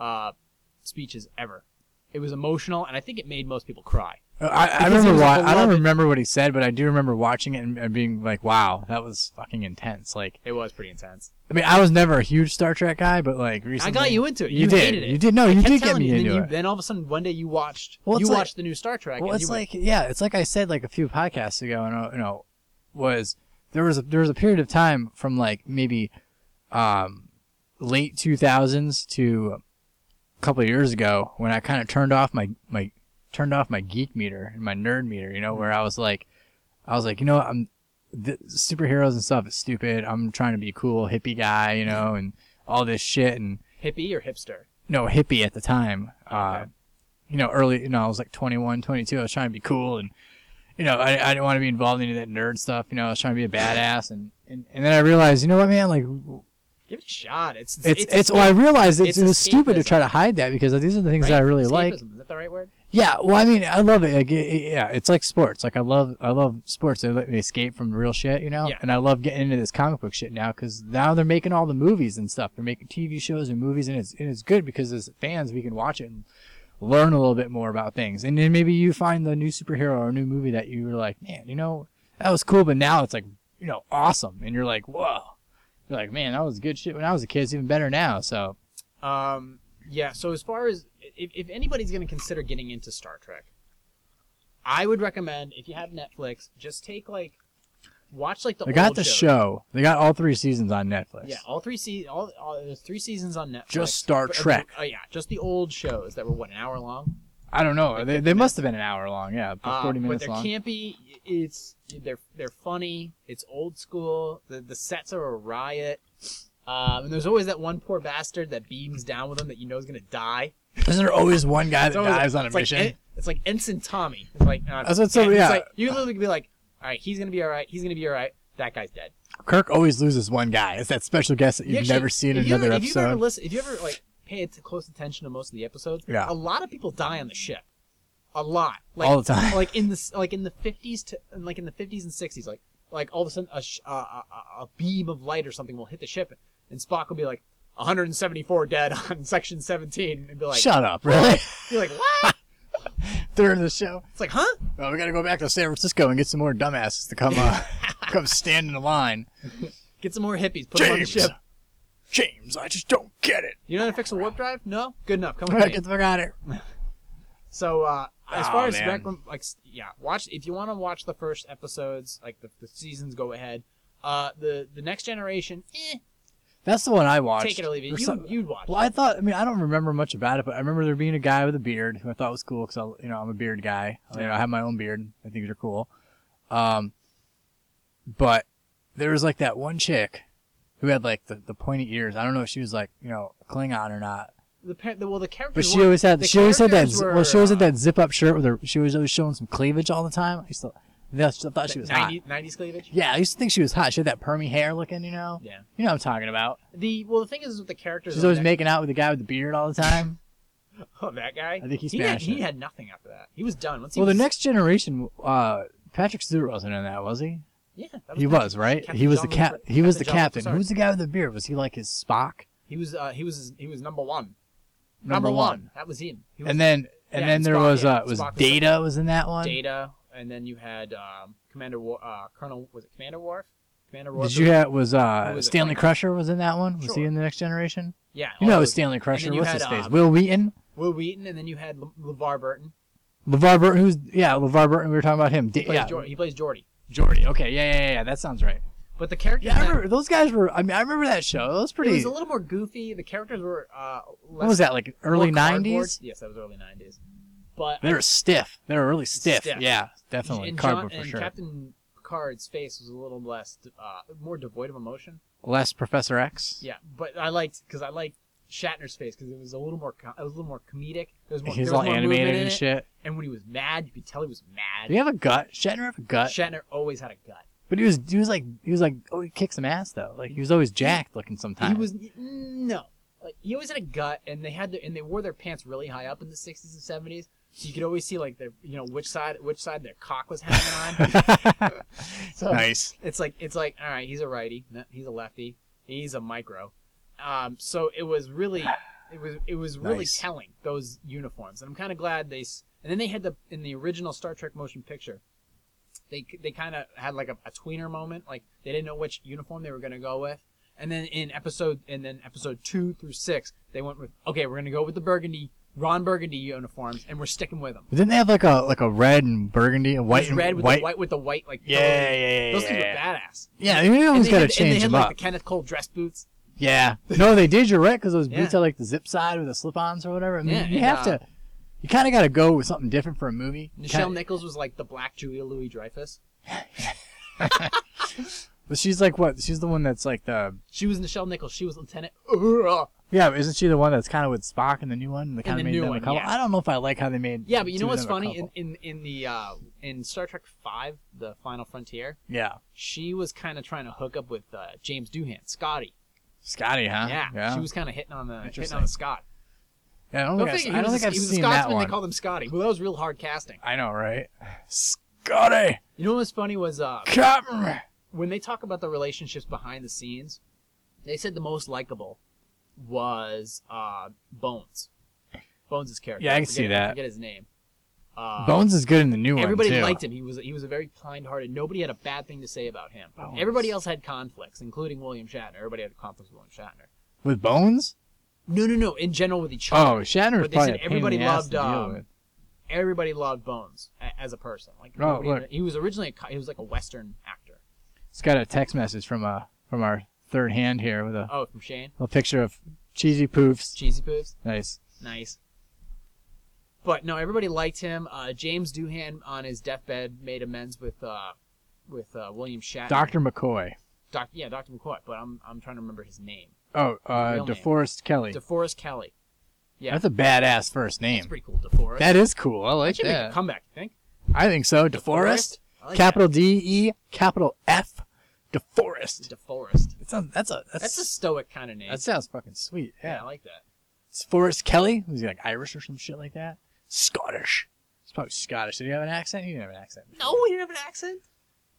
[SPEAKER 2] uh, speeches ever. It was emotional, and I think it made most people cry.
[SPEAKER 3] Uh, I, I
[SPEAKER 2] Because he
[SPEAKER 3] remember.
[SPEAKER 2] was a
[SPEAKER 3] Why, I don't
[SPEAKER 2] beloved-
[SPEAKER 3] remember what he said, but I do remember watching it and, and being like, "Wow, that was fucking intense." Like,
[SPEAKER 2] It was pretty intense.
[SPEAKER 3] I mean, I was never a huge Star Trek guy, but like recently,
[SPEAKER 2] I got you into it.
[SPEAKER 3] You, did.
[SPEAKER 2] hated it.
[SPEAKER 3] You did. No,
[SPEAKER 2] I
[SPEAKER 3] you
[SPEAKER 2] kept
[SPEAKER 3] did get
[SPEAKER 2] telling
[SPEAKER 3] me
[SPEAKER 2] you, and
[SPEAKER 3] into
[SPEAKER 2] then you,
[SPEAKER 3] it.
[SPEAKER 2] Then all of a sudden, one day you watched.
[SPEAKER 3] Well,
[SPEAKER 2] you
[SPEAKER 3] it's like-
[SPEAKER 2] watched the new Star Trek.
[SPEAKER 3] Well,
[SPEAKER 2] and you
[SPEAKER 3] it's
[SPEAKER 2] went,
[SPEAKER 3] like yeah, it's like I said like a few podcasts ago, and uh, you know, was there was a there was a period of time from like maybe um, late two thousands to a couple of years ago when I kind of turned off my my turned off my geek meter and my nerd meter, you know, where I was like, I was like, you know, what, I'm th- superheroes and stuff is stupid. I'm trying to be a cool hippie guy, you know, and all this shit and
[SPEAKER 2] hippie or hipster.
[SPEAKER 3] no hippie at the time. Uh,
[SPEAKER 2] Okay.
[SPEAKER 3] You know, early, you know, I was like 21, 22. I was trying to be cool and, you know, I, I didn't want to be involved in any of that nerd stuff. You know, I was trying to be a badass. And, and, and then I realized, you know what, man? Like,
[SPEAKER 2] Give it a shot. It's
[SPEAKER 3] it's, it's, well, I realized it's,
[SPEAKER 2] it's
[SPEAKER 3] it was stupid to
[SPEAKER 2] escapism.
[SPEAKER 3] try to hide that because these are the things
[SPEAKER 2] right?
[SPEAKER 3] that I really like.
[SPEAKER 2] Escapism, Is that the right word?
[SPEAKER 3] Yeah, well, I mean, I love it. Like, it- it- yeah, it's like sports. Like, I love, I love sports. They let me escape from real shit, you know.
[SPEAKER 2] Yeah.
[SPEAKER 3] And I love getting into this comic book shit now because now they're making all the movies and stuff. They're making TV shows and movies, and it's and it's good because as fans we can watch it and learn a little bit more about things. And then maybe you find the new superhero or new movie that you were like, man, you know, that was cool, but now it's like, you know, awesome, and you're like, whoa. You're like, man, that was good shit when I was a kid. It's even better now. So
[SPEAKER 2] Um, yeah. So as far as if, if anybody's going to consider getting into Star Trek, I would recommend if you have Netflix, just take like watch like the
[SPEAKER 3] they got
[SPEAKER 2] old
[SPEAKER 3] the
[SPEAKER 2] shows.
[SPEAKER 3] show. They got all three seasons on Netflix.
[SPEAKER 2] Yeah, all three se- all, all there's three seasons on Netflix.
[SPEAKER 3] Just Star
[SPEAKER 2] But-
[SPEAKER 3] Trek.
[SPEAKER 2] Oh yeah, just the old shows that were what an hour long.
[SPEAKER 3] I don't know. They, they
[SPEAKER 2] minutes.
[SPEAKER 3] must have been an hour long. Yeah, about
[SPEAKER 2] Um,
[SPEAKER 3] forty
[SPEAKER 2] but
[SPEAKER 3] minutes
[SPEAKER 2] they're
[SPEAKER 3] long.
[SPEAKER 2] campy. It's they're they're funny. It's old school. The the sets are a riot. Um, and there's always that one poor bastard that beams down with them that you know is gonna die.
[SPEAKER 3] Isn't there always one guy that
[SPEAKER 2] It's always-
[SPEAKER 3] dies on a
[SPEAKER 2] it's like
[SPEAKER 3] mission?
[SPEAKER 2] en- it's like Ensign Tommy. It's like uh,
[SPEAKER 3] That's what- so,
[SPEAKER 2] and it's
[SPEAKER 3] yeah.
[SPEAKER 2] like- you literally could be like, all right, he's gonna be all right. He's gonna be all right. That guy's dead.
[SPEAKER 3] Kirk always loses one guy. It's that special guest that
[SPEAKER 2] You
[SPEAKER 3] you've
[SPEAKER 2] actually-
[SPEAKER 3] never seen in
[SPEAKER 2] if you
[SPEAKER 3] another
[SPEAKER 2] ever, If
[SPEAKER 3] episode.
[SPEAKER 2] you ever listen, if you ever like pay at- close attention to most of the episodes,
[SPEAKER 3] Yeah.
[SPEAKER 2] a lot of people die on the ship. A lot, like,
[SPEAKER 3] All the
[SPEAKER 2] *laughs*
[SPEAKER 3] time.
[SPEAKER 2] like in the like in the fifties to like in the fifties and sixties, like like all of a sudden a, sh- a, a, a- a beam of light or something will hit the ship, and Spock will be like 174 dead *laughs* on section 17, and be like,
[SPEAKER 3] Shut up, *laughs* really?
[SPEAKER 2] you're like what?
[SPEAKER 3] During the show,
[SPEAKER 2] It's like huh?
[SPEAKER 3] well, we got to go back to San Francisco and get some more dumbasses to come
[SPEAKER 2] *laughs*
[SPEAKER 3] uh, come stand in the line.
[SPEAKER 2] Get some more hippies, put them on the
[SPEAKER 3] James,
[SPEAKER 2] ship.
[SPEAKER 3] James, I just don't get it.
[SPEAKER 2] You know how to fix a warp drive? No, good enough. Come with me.
[SPEAKER 3] Get the fuck out of here.
[SPEAKER 2] So uh, as
[SPEAKER 3] Aw,
[SPEAKER 2] far as
[SPEAKER 3] man.
[SPEAKER 2] Requiem, like s- yeah, watch if you want to watch the first episodes, like the, the seasons, go ahead. Uh, the the next generation, eh,
[SPEAKER 3] That's the one I watched.
[SPEAKER 2] take it or leave it.
[SPEAKER 3] For
[SPEAKER 2] You
[SPEAKER 3] some-
[SPEAKER 2] you'd watch.
[SPEAKER 3] Well, I thought. I mean, I don't remember much about it, but I remember there being a guy with a beard who I thought was cool because you know I'm a beard guy. You know, I have my own beard. I think they're cool. Um, but there was like that one chick who had like the, the pointy ears. I don't know if she was like you know Klingon or not,
[SPEAKER 2] the, par- the well the characters.
[SPEAKER 3] but she
[SPEAKER 2] were-
[SPEAKER 3] always had
[SPEAKER 2] the
[SPEAKER 3] she always had that
[SPEAKER 2] characters
[SPEAKER 3] zi-
[SPEAKER 2] were,
[SPEAKER 3] well she always
[SPEAKER 2] uh,
[SPEAKER 3] had that zip up shirt with her. She was always showing some cleavage all the time. I used to that's- I thought she was hot.
[SPEAKER 2] 90, 90s uh, cleavage.
[SPEAKER 3] Yeah, I used to think she was hot. She had that permy hair looking, you know.
[SPEAKER 2] Yeah.
[SPEAKER 3] You know what I'm talking about.
[SPEAKER 2] The well the thing is with the characters.
[SPEAKER 3] She's
[SPEAKER 2] on
[SPEAKER 3] always
[SPEAKER 2] that-
[SPEAKER 3] making out with the guy with the beard all the time.
[SPEAKER 2] oh, that guy.
[SPEAKER 3] I think he
[SPEAKER 2] he had,
[SPEAKER 3] smashed
[SPEAKER 2] he
[SPEAKER 3] it.
[SPEAKER 2] had nothing after that. He was done. Once he
[SPEAKER 3] Well, the
[SPEAKER 2] was-
[SPEAKER 3] next generation, uh, Patrick Stewart wasn't in that, was he?
[SPEAKER 2] yeah that
[SPEAKER 3] he
[SPEAKER 2] Patrick-
[SPEAKER 3] was, right?
[SPEAKER 2] Captain
[SPEAKER 3] he was
[SPEAKER 2] John
[SPEAKER 3] the cap.
[SPEAKER 2] Wilfred-
[SPEAKER 3] He was the
[SPEAKER 2] Captain John
[SPEAKER 3] captain.
[SPEAKER 2] Wilfred
[SPEAKER 3] Who was
[SPEAKER 2] Sargent.
[SPEAKER 3] the guy with the beard? Was he like his Spock?
[SPEAKER 2] He was uh, he was he was number one.
[SPEAKER 3] Number one.
[SPEAKER 2] That was him. He was
[SPEAKER 3] And then,
[SPEAKER 2] yeah,
[SPEAKER 3] and then
[SPEAKER 2] and
[SPEAKER 3] there
[SPEAKER 2] Spock,
[SPEAKER 3] was
[SPEAKER 2] yeah.
[SPEAKER 3] uh, was
[SPEAKER 2] Spock was
[SPEAKER 3] Data was in that one.
[SPEAKER 2] Data, and then you had um, Commander War, uh, Colonel was it Commander Worf? Commander Worf.
[SPEAKER 3] Did you have was uh
[SPEAKER 2] Who was it?
[SPEAKER 3] Stanley
[SPEAKER 2] Like-
[SPEAKER 3] Crusher was in that one? Was he
[SPEAKER 2] Sure.
[SPEAKER 3] in the next generation?
[SPEAKER 2] yeah,
[SPEAKER 3] You
[SPEAKER 2] all
[SPEAKER 3] know, it was
[SPEAKER 2] those-
[SPEAKER 3] Stanley Crusher.
[SPEAKER 2] you
[SPEAKER 3] What's
[SPEAKER 2] had,
[SPEAKER 3] his face?
[SPEAKER 2] uh,
[SPEAKER 3] Will Wheaton,
[SPEAKER 2] Will Wheaton, and then you had Le- LeVar Burton.
[SPEAKER 3] LeVar Burton. Who's yeah, LeVar Burton. We were talking about him. Da-
[SPEAKER 2] He plays,
[SPEAKER 3] yeah,
[SPEAKER 2] Jor- he plays Geordi.
[SPEAKER 3] Jordy. Okay, yeah, yeah, yeah, yeah. That sounds right.
[SPEAKER 2] But the characters,
[SPEAKER 3] Yeah, I
[SPEAKER 2] that-
[SPEAKER 3] remember those guys were. I mean, I remember that show. It was
[SPEAKER 2] it
[SPEAKER 3] pretty.
[SPEAKER 2] was a little more goofy. The characters were uh,
[SPEAKER 3] what
[SPEAKER 2] less,
[SPEAKER 3] was that like? Early
[SPEAKER 2] more cardboard.
[SPEAKER 3] nineties.
[SPEAKER 2] Yes, that was early nineties. But
[SPEAKER 3] They were stiff. They were really stiff.
[SPEAKER 2] Stiff.
[SPEAKER 3] Yeah, definitely.
[SPEAKER 2] and,
[SPEAKER 3] Cardboard
[SPEAKER 2] John,
[SPEAKER 3] for
[SPEAKER 2] and
[SPEAKER 3] sure.
[SPEAKER 2] Captain Picard's face was a little less, uh, more devoid of emotion.
[SPEAKER 3] Less Professor X.
[SPEAKER 2] Yeah, but I liked because I liked Shatner's face because it was a little more co- it was a little more comedic. There was more,
[SPEAKER 3] He's
[SPEAKER 2] there was
[SPEAKER 3] all
[SPEAKER 2] more
[SPEAKER 3] animated
[SPEAKER 2] movement in
[SPEAKER 3] and
[SPEAKER 2] it,
[SPEAKER 3] shit.
[SPEAKER 2] And when he was mad, you could tell he was mad.
[SPEAKER 3] Do you have a gut? Shatner have a gut?
[SPEAKER 2] Shatner always had a gut.
[SPEAKER 3] But he was he was like he was like oh he kicked some ass though. Like he was always jacked looking sometimes.
[SPEAKER 2] He
[SPEAKER 3] *laughs*
[SPEAKER 2] was no. Like, he always had a gut, and they had their, and they wore their pants really high up in the '60s and '70s, so you could always see like their you know which side which side their cock was hanging
[SPEAKER 3] *laughs*
[SPEAKER 2] on. So
[SPEAKER 3] nice.
[SPEAKER 2] it's like it's like all right, he's a righty, no, he's a lefty, he's a micro. Um, so it was really it was it was really
[SPEAKER 3] Nice.
[SPEAKER 2] telling those uniforms, and I'm kind of glad they. s- And then they had the in the original Star Trek motion picture, they they kind of had like a, a tweener moment, like they didn't know which uniform they were gonna go with. And then in episode and then episode two through six, they went with okay, we're gonna go with the burgundy Ron Burgundy uniforms, and we're sticking with them.
[SPEAKER 3] But didn't they have like a like a red and burgundy and white
[SPEAKER 2] Just
[SPEAKER 3] and
[SPEAKER 2] red with
[SPEAKER 3] white?
[SPEAKER 2] the white with the white like
[SPEAKER 3] Yeah,
[SPEAKER 2] pillow.
[SPEAKER 3] yeah, yeah,
[SPEAKER 2] those
[SPEAKER 3] yeah,
[SPEAKER 2] things
[SPEAKER 3] yeah.
[SPEAKER 2] were badass.
[SPEAKER 3] Yeah, you always
[SPEAKER 2] they
[SPEAKER 3] got to
[SPEAKER 2] had- and
[SPEAKER 3] change
[SPEAKER 2] they had
[SPEAKER 3] them
[SPEAKER 2] like
[SPEAKER 3] up.
[SPEAKER 2] the Kenneth Cole dress boots.
[SPEAKER 3] Yeah. No, they did. You're right because those boots
[SPEAKER 2] Yeah.
[SPEAKER 3] had like the zip side with the slip-ons or whatever. I mean,
[SPEAKER 2] Yeah,
[SPEAKER 3] you
[SPEAKER 2] and,
[SPEAKER 3] have
[SPEAKER 2] uh,
[SPEAKER 3] to. You kind of got to go with something different for a movie. You
[SPEAKER 2] Nichelle
[SPEAKER 3] kinda-
[SPEAKER 2] Nichols was like the black Julia Louis Dreyfus.
[SPEAKER 3] but she's like what? She's the one that's like the.
[SPEAKER 2] She was Nichelle Nichols. She was Lieutenant. *laughs*
[SPEAKER 3] Yeah, but isn't she the one that's kind of with Spock in the new one? They kind
[SPEAKER 2] the
[SPEAKER 3] of made
[SPEAKER 2] new
[SPEAKER 3] them a
[SPEAKER 2] one,
[SPEAKER 3] couple.
[SPEAKER 2] yeah.
[SPEAKER 3] I don't know if I like how they made.
[SPEAKER 2] Yeah, but you
[SPEAKER 3] two
[SPEAKER 2] know
[SPEAKER 3] of
[SPEAKER 2] what's
[SPEAKER 3] them a
[SPEAKER 2] funny in,
[SPEAKER 3] couple.
[SPEAKER 2] in in the uh, in Star Trek Five, the Final Frontier,
[SPEAKER 3] yeah,
[SPEAKER 2] she was kind of trying to hook up with uh, James Doohan, Scotty.
[SPEAKER 3] Scotty, huh?
[SPEAKER 2] yeah,
[SPEAKER 3] Uh, yeah.
[SPEAKER 2] she was kind of hitting on the hitting on
[SPEAKER 3] Interesting.
[SPEAKER 2] the Scott.
[SPEAKER 3] Yeah, I don't
[SPEAKER 2] Go
[SPEAKER 3] think, I-
[SPEAKER 2] figure,
[SPEAKER 3] I
[SPEAKER 2] he
[SPEAKER 3] don't
[SPEAKER 2] was
[SPEAKER 3] think
[SPEAKER 2] a-
[SPEAKER 3] I've
[SPEAKER 2] he was
[SPEAKER 3] seen
[SPEAKER 2] a
[SPEAKER 3] that
[SPEAKER 2] Scotsman.
[SPEAKER 3] one.
[SPEAKER 2] They called him Scotty. Well, that was real hard casting.
[SPEAKER 3] I know, right? Scotty,
[SPEAKER 2] You know what's funny was uh,
[SPEAKER 3] come.
[SPEAKER 2] when they talk about the relationships behind the scenes, they said the most likable was uh, Bones. Bones' character.
[SPEAKER 3] Yeah, I can
[SPEAKER 2] forget-
[SPEAKER 3] see that.
[SPEAKER 2] I forget his name. Uh,
[SPEAKER 3] Bones is good in the new
[SPEAKER 2] Everybody
[SPEAKER 3] one too.
[SPEAKER 2] liked him. He was he was a very kind-hearted. Nobody had a bad thing to say about him.
[SPEAKER 3] Bones.
[SPEAKER 2] Everybody else had conflicts, including William Shatner. Everybody had conflicts with William Shatner.
[SPEAKER 3] with Bones.
[SPEAKER 2] No, no, no. In general, with each other,
[SPEAKER 3] Oh, Shatner's
[SPEAKER 2] But they
[SPEAKER 3] probably
[SPEAKER 2] said
[SPEAKER 3] a pain
[SPEAKER 2] everybody
[SPEAKER 3] in the ass
[SPEAKER 2] loved,
[SPEAKER 3] to deal
[SPEAKER 2] um,
[SPEAKER 3] with.
[SPEAKER 2] everybody loved Bones a- as a person. Like
[SPEAKER 3] Oh,
[SPEAKER 2] nobody-
[SPEAKER 3] look.
[SPEAKER 2] he was originally a, co- he was like a Western actor.
[SPEAKER 3] It's got a text message from uh from our third hand here with a
[SPEAKER 2] Oh, from Shane,
[SPEAKER 3] little picture of cheesy poofs.
[SPEAKER 2] cheesy poofs.
[SPEAKER 3] Nice.
[SPEAKER 2] Nice. But no, everybody liked him. Uh, James Doohan on his deathbed made amends with uh, with uh, William Shatner.
[SPEAKER 3] Doctor McCoy.
[SPEAKER 2] Doc- yeah, Doctor McCoy. But I'm I'm trying to remember his name.
[SPEAKER 3] Oh, uh,
[SPEAKER 2] Real name.
[SPEAKER 3] DeForest Kelly.
[SPEAKER 2] DeForest Kelly. Yeah.
[SPEAKER 3] That's a badass
[SPEAKER 2] That's
[SPEAKER 3] first name.
[SPEAKER 2] pretty cool, DeForest.
[SPEAKER 3] That is cool. I like
[SPEAKER 2] should make a
[SPEAKER 3] that.
[SPEAKER 2] comeback. You think?
[SPEAKER 3] I think so.
[SPEAKER 2] DeForest?
[SPEAKER 3] DeForest.
[SPEAKER 2] I like
[SPEAKER 3] capital D E capital F. DeForest.
[SPEAKER 2] DeForest.
[SPEAKER 3] That sounds, that's a that's,
[SPEAKER 2] That's a stoic kind of name.
[SPEAKER 3] that sounds fucking sweet.
[SPEAKER 2] yeah.
[SPEAKER 3] Yeah.
[SPEAKER 2] I like that.
[SPEAKER 3] It's Forrest Kelly. Was he like Irish or some shit like that? Scottish. He's probably Scottish. Did he have an accent? He didn't have an accent.
[SPEAKER 2] No, he didn't have an accent.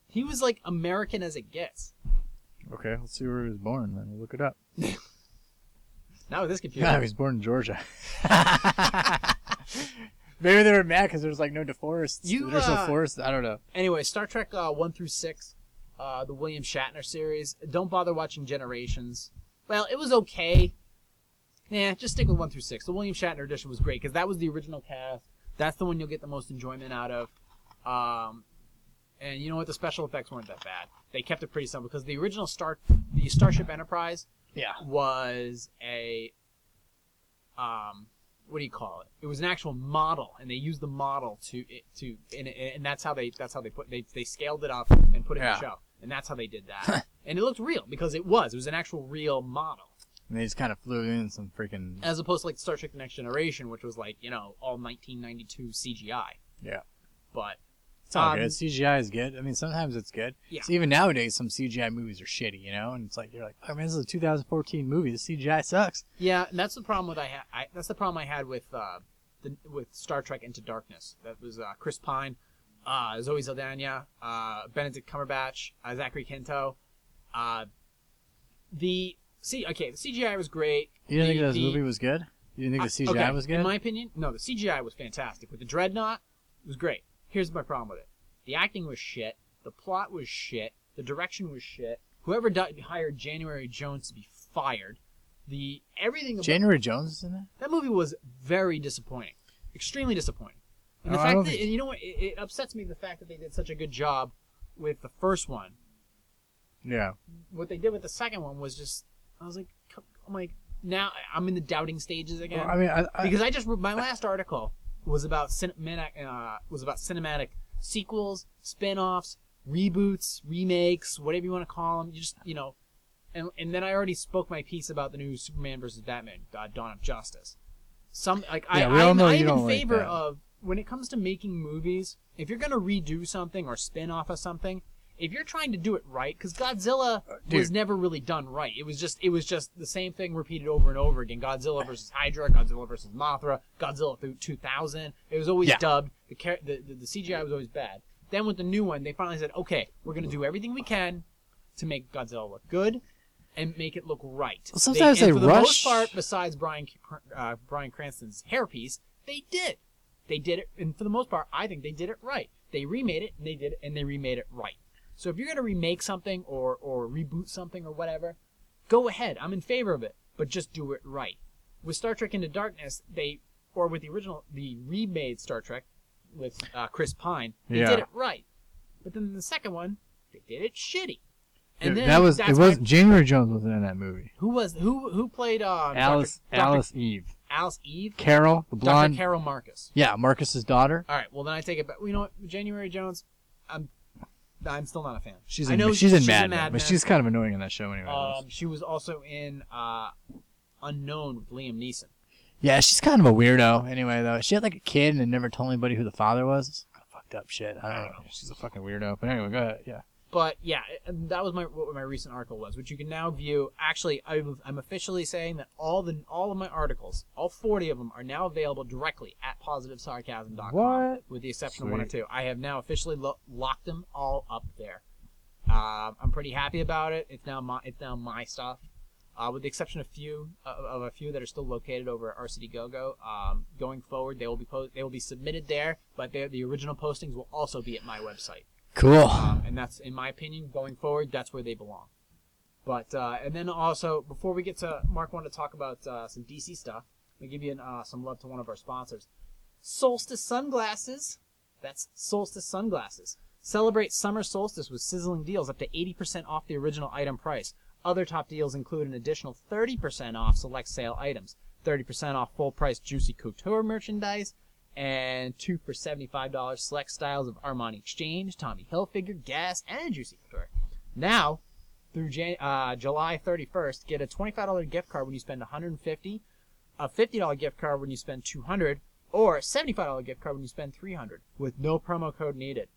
[SPEAKER 2] He was like American as it gets.
[SPEAKER 3] Okay, let's see where he was born. Then we'll look it up.
[SPEAKER 2] Not with this computer.
[SPEAKER 3] Yeah, *laughs* he was born in Georgia. Maybe they were mad because there's like no DeForest.
[SPEAKER 2] You,
[SPEAKER 3] there's
[SPEAKER 2] uh,
[SPEAKER 3] no forest. I don't know.
[SPEAKER 2] anyway, Star Trek uh, one through six, uh, the William Shatner series. Don't bother watching Generations. Well, it was okay. Yeah, just stick with one through six. The William Shatner edition was great because that was the original cast. That's the one you'll get the most enjoyment out of. Um, and you know what? The special effects weren't that bad. They kept it pretty simple because the original Star, the Starship Enterprise,
[SPEAKER 3] Yeah.
[SPEAKER 2] was a um what do you call it? It was an actual model, and they used the model to to and, and that's how they that's how they put they they scaled it up and put it in
[SPEAKER 3] Yeah.
[SPEAKER 2] the show, and that's how they did
[SPEAKER 3] *laughs*
[SPEAKER 2] that. and it looked real because it was it was an actual real model,
[SPEAKER 3] And they just kind of flew in some freaking.
[SPEAKER 2] as opposed to like Star Trek: The Next Generation, which was like you know all 1992 CGI.
[SPEAKER 3] Yeah.
[SPEAKER 2] But
[SPEAKER 3] It's all
[SPEAKER 2] um,
[SPEAKER 3] good. CGI is good. I mean, sometimes it's good.
[SPEAKER 2] Yeah.
[SPEAKER 3] So even nowadays, some CGI movies are shitty, you know? And it's like, you're like, oh man, this is a 2014 movie. The CGI sucks.
[SPEAKER 2] yeah, and that's the problem with I had. I, that's the problem I had with uh, the with Star Trek Into Darkness. That was uh, Chris Pine, uh, Zoe Saldana, uh, Benedict Cumberbatch, uh, Zachary Quinto. Uh, the see, okay, the CGI was great.
[SPEAKER 3] You didn't
[SPEAKER 2] The-
[SPEAKER 3] think this
[SPEAKER 2] the-
[SPEAKER 3] movie was good? You didn't think the
[SPEAKER 2] uh,
[SPEAKER 3] CGI
[SPEAKER 2] okay,
[SPEAKER 3] was good?
[SPEAKER 2] In my opinion, no, the CGI was fantastic. With the Dreadnought, it was great. Here's my problem with it: the acting was shit, the plot was shit, the direction was shit. Whoever di- hired January Jones to be fired. The everything about
[SPEAKER 3] January Jones is in that?
[SPEAKER 2] that movie was very disappointing, extremely disappointing. And the
[SPEAKER 3] Oh, I
[SPEAKER 2] fact
[SPEAKER 3] don't
[SPEAKER 2] that
[SPEAKER 3] think-
[SPEAKER 2] and you know what, it, it upsets me the fact that they did such a good job with the first one.
[SPEAKER 3] Yeah.
[SPEAKER 2] What they did with the second one was just, I was like, c- I'm like, now I'm in the doubting stages again
[SPEAKER 3] Well, I mean, I, I,
[SPEAKER 2] because I just wrote- my last article was about cinematic uh, was about cinematic sequels, spin-offs, reboots, remakes, whatever you want to call them. You just you know, and, and then I already spoke my piece about the new Superman versus Batman uh, Dawn of Justice. Some like
[SPEAKER 3] Yeah,
[SPEAKER 2] I,
[SPEAKER 3] we all
[SPEAKER 2] I'm,
[SPEAKER 3] know
[SPEAKER 2] I'm
[SPEAKER 3] you
[SPEAKER 2] in
[SPEAKER 3] don't like
[SPEAKER 2] favor
[SPEAKER 3] that.
[SPEAKER 2] of when it comes to making movies. If you're gonna redo something or spin off of something, if you're trying to do it right, because Godzilla was
[SPEAKER 3] Uh, dude.
[SPEAKER 2] never really done right. It was just it was just the same thing repeated over and over again. Godzilla versus Hydra, Godzilla versus Mothra, Godzilla through 2000. It was always
[SPEAKER 3] Yeah.
[SPEAKER 2] dubbed. The, char- the, the the CGI was always bad. Then with the new one, they finally said, okay, we're gonna do everything we can to make Godzilla look good and make it look right.
[SPEAKER 3] Well, sometimes they
[SPEAKER 2] and for the
[SPEAKER 3] rush-
[SPEAKER 2] most part, besides Brian uh, Brian Cranston's hairpiece, they did. They did it, and for the most part, I think they did it right. They remade it, and they did it, and they remade it right. So if you're gonna remake something or or reboot something or whatever, go ahead. I'm in favor of it, but just do it right. With Star Trek Into Darkness, they or with the original, the remade Star Trek with uh, Chris Pine, they
[SPEAKER 3] Yeah.
[SPEAKER 2] did it right. But then the second one, they did it shitty.
[SPEAKER 3] Dude, that was it.
[SPEAKER 2] that's
[SPEAKER 3] Was
[SPEAKER 2] why-
[SPEAKER 3] January Jones wasn't in that movie?
[SPEAKER 2] who was who who played um,
[SPEAKER 3] Alice,
[SPEAKER 2] Dr.
[SPEAKER 3] Alice Eve,
[SPEAKER 2] Dr. Alice Eve,
[SPEAKER 3] Carol, the blonde.
[SPEAKER 2] Dr. Carol Marcus.
[SPEAKER 3] yeah, Marcus's daughter.
[SPEAKER 2] All right, well then I take it back. You know what, January Jones, I'm I'm still not a fan.
[SPEAKER 3] She's
[SPEAKER 2] I
[SPEAKER 3] in,
[SPEAKER 2] know
[SPEAKER 3] she's in
[SPEAKER 2] she's
[SPEAKER 3] Mad,
[SPEAKER 2] in
[SPEAKER 3] Men,
[SPEAKER 2] Mad
[SPEAKER 3] but
[SPEAKER 2] Men.
[SPEAKER 3] she's kind of annoying in that show anyway.
[SPEAKER 2] Um, she was also in uh, Unknown with Liam Neeson.
[SPEAKER 3] yeah, she's kind of a weirdo anyway though. She had like a kid and never told anybody who the father was. It's kind of fucked up shit. I don't know. She's a fucking weirdo. But anyway, go ahead. Yeah.
[SPEAKER 2] But yeah, and that was my what my recent article was, which you can now view. Actually, I'm, I'm officially saying that all the all of my articles, all 40 of them, are now available directly at positivesarcasm.com.
[SPEAKER 3] What?
[SPEAKER 2] With the exception of one or
[SPEAKER 3] Sweet.
[SPEAKER 2] two, I have now officially lo- locked them all up there. Um, I'm pretty happy about it. It's now my it's now my stuff, uh, with the exception of few of, of a few that are still located over at RCD GoGo. Um, going forward, they will be po- they will be submitted there, but they- the original postings will also be at my website
[SPEAKER 3] Cool.
[SPEAKER 2] um, and that's in my opinion going forward that's where they belong but uh, and then also before we get to mark wanted to talk about uh, some dc stuff let me give you an, uh, some love to one of our sponsors solstice sunglasses that's solstice sunglasses celebrate summer solstice with sizzling deals up to 80% off the original item price other top deals include an additional 30% off select sale items 30% off full price juicy couture merchandise and two for $75 select styles of Armani Exchange, Tommy Hilfiger, Gas, and Juicy Couture. Now, through Jan- uh, July 31st, get a $25 gift card when you spend 150 a $50 gift card when you spend 200 or a $75 gift card when you spend 300 with no promo code needed.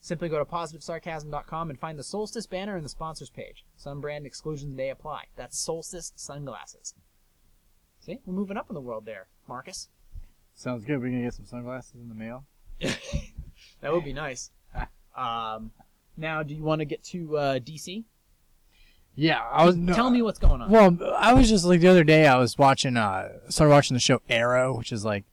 [SPEAKER 2] Simply go to positivesarcasm.com and find the Solstice banner in the sponsors page. Some brand exclusions may apply. That's Solstice sunglasses. See, we're moving up in the world there, Marcus.
[SPEAKER 3] Sounds good. We're gonna get some sunglasses in the mail.
[SPEAKER 2] That would be nice. Um, now, do you want to get to uh, DC?
[SPEAKER 3] Yeah, I was. No,
[SPEAKER 2] Tell me what's going on.
[SPEAKER 3] Well, I was just like the other day. I was watching. Uh, started watching the show Arrow, which is like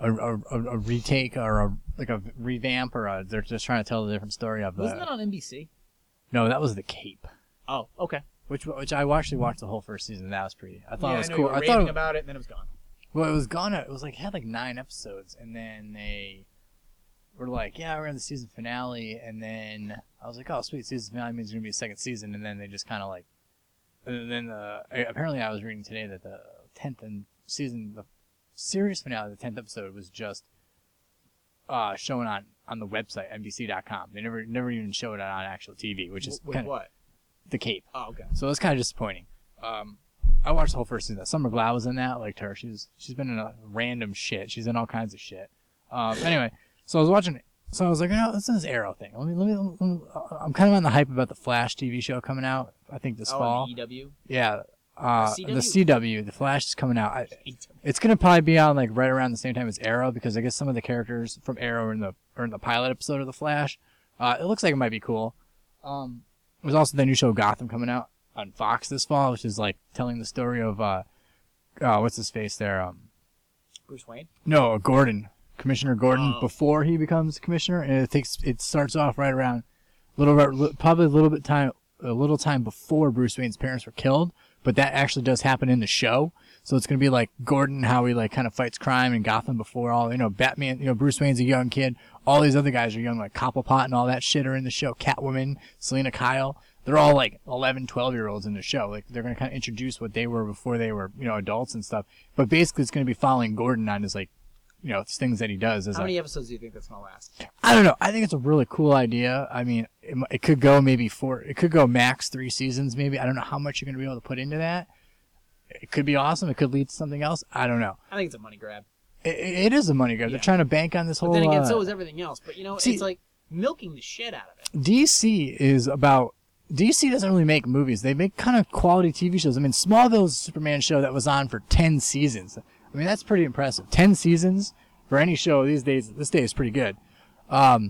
[SPEAKER 3] a, a, a, a retake or a like a revamp or a, they're just trying to tell a different story of the.
[SPEAKER 2] Wasn't that on NBC?
[SPEAKER 3] no, that was the Cape,
[SPEAKER 2] Oh, okay.
[SPEAKER 3] which which I actually watched the whole first season. That was pretty. I thought
[SPEAKER 2] yeah,
[SPEAKER 3] it was
[SPEAKER 2] I know
[SPEAKER 3] cool.
[SPEAKER 2] You were
[SPEAKER 3] I
[SPEAKER 2] raving
[SPEAKER 3] thought it,
[SPEAKER 2] about it, and then it was gone.
[SPEAKER 3] well, it was gone. It was like had like nine episodes, and then they were like, "Yeah, we're in the season finale," and then I was like, "Oh, sweet, season finale means there's gonna be a second season," and then they just kind of like, and then uh, I- apparently I was reading today that the tenth and season the series finale, the tenth episode was just uh, shown on on the website NBC.com. They never never even showed it on actual TV, which is
[SPEAKER 2] W- with
[SPEAKER 3] kind of
[SPEAKER 2] what?
[SPEAKER 3] the Cape.
[SPEAKER 2] Oh, okay.
[SPEAKER 3] So it's kind of disappointing. Um, I watched the whole first season. Summer Glau was in that. Like her, she's she's been in a random shit. She's in all kinds of shit. Um, anyway, so I was watching it. So I was like, oh, this is Arrow thing. Let me, let me, let me- uh, I'm kind of on the hype about the Flash TV show coming out. I think this
[SPEAKER 2] oh,
[SPEAKER 3] fall.
[SPEAKER 4] E
[SPEAKER 2] and the EW.
[SPEAKER 3] Yeah, uh,
[SPEAKER 2] The
[SPEAKER 3] the CW, the Flash is coming out. I,
[SPEAKER 2] EW.
[SPEAKER 3] it's gonna probably be on like right around the same time as Arrow because I guess some of the characters from Arrow are in the are in the pilot episode of the Flash. Uh, it looks like it might be cool. Um, there's also the new show Gotham coming out on Fox this fall, which is like telling the story of uh, uh what's his face there? Um,
[SPEAKER 2] Bruce Wayne.
[SPEAKER 3] no, Gordon, Commissioner Gordon,
[SPEAKER 2] Oh.
[SPEAKER 3] before he becomes commissioner, and it takes it starts off right around little bit- probably a little bit time a little time before Bruce Wayne's parents were killed, but that actually does happen in the show. So it's gonna be like Gordon, how he like kind of fights crime in Gotham before all you know Batman, you know Bruce Wayne's a young kid, all these other guys are young like Copplepot and all that shit are in the show. Catwoman, Selena Kyle, they're all like 11, 12 year olds in the show. Like they're gonna kind of introduce what they were before they were you know adults and stuff. But basically, it's gonna be following Gordon on his like you you know things that he does as
[SPEAKER 4] How
[SPEAKER 3] a
[SPEAKER 4] many episodes do you think that's gonna last?
[SPEAKER 3] I don't know. I think it's a really cool idea. I mean, it, mi- it could go maybe four. It could go max three seasons. Maybe I don't know how much you're going to be able to put into that. It could be awesome. It could lead to something else. I don't know.
[SPEAKER 4] I think it's a money grab.
[SPEAKER 3] It, it is a money grab. They're
[SPEAKER 4] Yeah.
[SPEAKER 3] trying to bank on this
[SPEAKER 4] But
[SPEAKER 3] whole.
[SPEAKER 4] then again,
[SPEAKER 3] uh,
[SPEAKER 4] so is everything else. But you know,
[SPEAKER 3] See-
[SPEAKER 4] it's like milking the shit out of it.
[SPEAKER 3] DC is about DC doesn't really make movies. They make kind of quality TV shows. I mean, Smallville's a Superman show that was on for 10 seasons. I mean, that's pretty impressive. 10 seasons for any show these days this day is pretty good. Um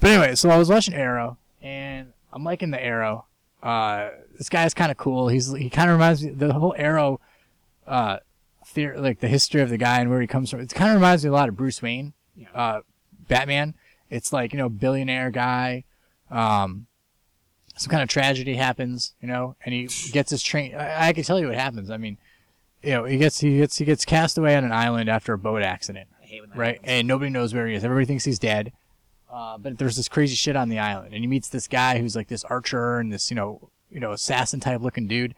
[SPEAKER 3] but anyway, so I was watching Arrow and I'm liking the Arrow. Uh this guy's kind of cool. He's he kind of reminds me the whole Arrow uh theory, like the history of the guy and where he comes from. It kind of reminds me a lot of Bruce Wayne. Uh Batman. It's like, you know, billionaire guy um, some kind of tragedy happens, you know, and he gets his train. I, I can tell you what happens. I mean, you know, he gets he gets he gets cast away on an island after a boat accident,
[SPEAKER 4] I hate when that
[SPEAKER 3] right?
[SPEAKER 4] happens.
[SPEAKER 3] And nobody knows where he is. Everybody thinks he's dead. Uh, but there's this crazy shit on the island, and he meets this guy who's like this archer and this you know you know assassin type looking dude.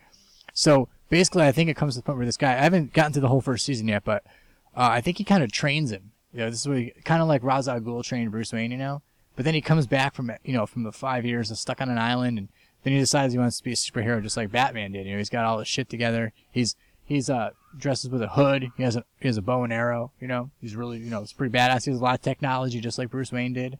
[SPEAKER 3] So basically, I think it comes to the point where this guy I haven't gotten to the whole first season yet, but uh, I think he kind of trains him. You know, this is what he kind of like Ra's al Ghul trained Bruce Wayne, you know. But then he comes back from you know from the five years of stuck on an island, and then he decides he wants to be a superhero just like Batman did. You know, he's got all his shit together. He's he's uh dresses with a hood. He has a he has a bow and arrow. You know, he's really you know it's pretty badass. He has a lot of technology just like Bruce Wayne did.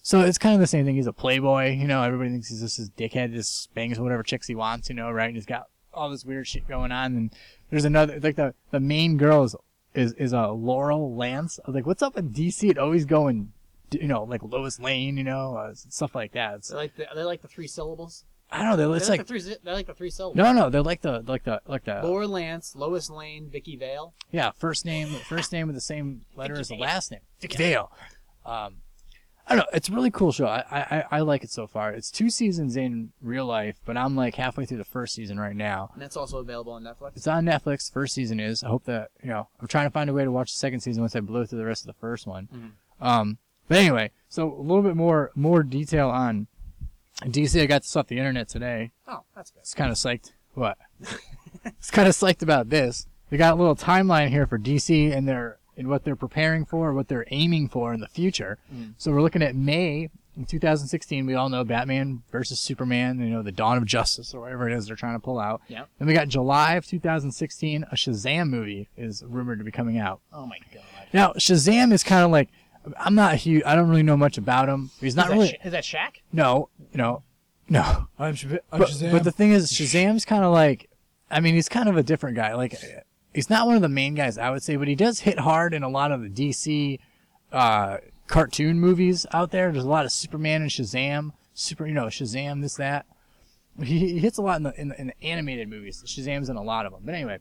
[SPEAKER 3] So it's kind of the same thing. He's a playboy, you know. Everybody thinks he's just this dickhead, just bangs whatever chicks he wants, you know, right? And he's got all this weird shit going on. And there's another, like the the main girl is is is a Laurel Lance. I was like, what's up with DC? It always going, you know, like Lois Lane, you know, uh, stuff like that. It's,
[SPEAKER 4] They like the, they like the three syllables.
[SPEAKER 3] I don't know.
[SPEAKER 4] They
[SPEAKER 3] It's
[SPEAKER 4] like,
[SPEAKER 3] like
[SPEAKER 4] the three. They like the three syllables.
[SPEAKER 3] no, no. They're like the like the like the
[SPEAKER 4] Laura Lance, Lois Lane, Vicky Vale.
[SPEAKER 3] yeah first name first name with the same letter as the
[SPEAKER 4] Vicky Vale.
[SPEAKER 3] last name. Vicky Vale. Um, I don't know. It's a really cool show. I, I I- I like it so far. It's two seasons in real life, but I'm like halfway through the first season right now.
[SPEAKER 4] And that's also available on Netflix.
[SPEAKER 3] It's on Netflix. First season is. I hope that you know. I'm trying to find a way to watch the second season once I blow through the rest of the first one. Um, but anyway, so a little bit more more detail on DC. I got this off the internet today.
[SPEAKER 4] Oh, that's good.
[SPEAKER 3] It's kind of psyched. What? *laughs* it's kind of psyched about this. They got a little timeline here for DC and their and what they're preparing for, what they're aiming for in the future. So we're looking at May in 2016. We all know Batman versus Superman. You know the dawn of justice or whatever it is they're trying to pull out.
[SPEAKER 4] Yeah.
[SPEAKER 3] Then we got July of 2016. A Shazam movie is rumored to be coming out.
[SPEAKER 4] Oh my god.
[SPEAKER 3] Now Shazam is kind of like I'm not huge. I don't really know much about him. He's not
[SPEAKER 4] Is that,
[SPEAKER 3] really.
[SPEAKER 4] Sha- is that Shaq?
[SPEAKER 3] No, no, no.
[SPEAKER 2] I'm, Shaz- I'm
[SPEAKER 3] But,
[SPEAKER 2] Shazam.
[SPEAKER 3] but the thing is, Shazam's kind of like, I mean, he's kind of a different guy. Like, he's not one of the main guys, I would say, but he does hit hard in a lot of the DC uh, cartoon movies out there. There's a lot of Superman and Shazam, super, you know, Shazam, this, that. He, he hits a lot in the, in the in the animated movies. Shazam's in a lot of them. But anyway,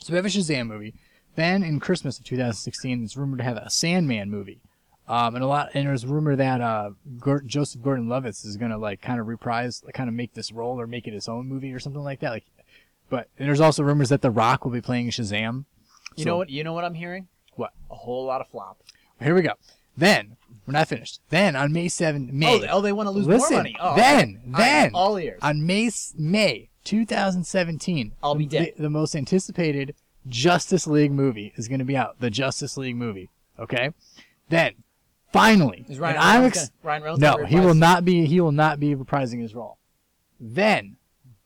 [SPEAKER 3] so we have a Shazam movie. Then in Christmas of 2016, it's rumored to have a Sandman movie. Um, and a lot, and there's rumor that uh, Gor Joseph Gordon-Levitt is gonna like kind of reprise, like, kind of make this role or make it his own movie or something like that. Like, but and there's also rumors that The Rock will be playing Shazam.
[SPEAKER 4] You
[SPEAKER 3] So-
[SPEAKER 4] know what? You know what I'm hearing?
[SPEAKER 3] What?
[SPEAKER 4] A whole lot of flop.
[SPEAKER 3] Here we go. Then we're not finished. Then on May 7, May.
[SPEAKER 4] Oh, they, oh, they want to lose
[SPEAKER 3] listen.
[SPEAKER 4] more money. Oh,
[SPEAKER 3] then,
[SPEAKER 4] I am
[SPEAKER 3] then
[SPEAKER 4] all ears.
[SPEAKER 3] on May s- May 2017,
[SPEAKER 4] I'll be
[SPEAKER 3] the-
[SPEAKER 4] dead.
[SPEAKER 3] The, most anticipated Justice League movie is going to be out. The Justice League movie. Okay. Then finally,
[SPEAKER 4] Is Ryan
[SPEAKER 3] and I'm
[SPEAKER 4] Reynolds
[SPEAKER 3] ex-
[SPEAKER 4] gonna- Ryan Reynolds
[SPEAKER 3] no,
[SPEAKER 4] gonna
[SPEAKER 3] he
[SPEAKER 4] reprise-
[SPEAKER 3] will not be. He will not be reprising his role. Then,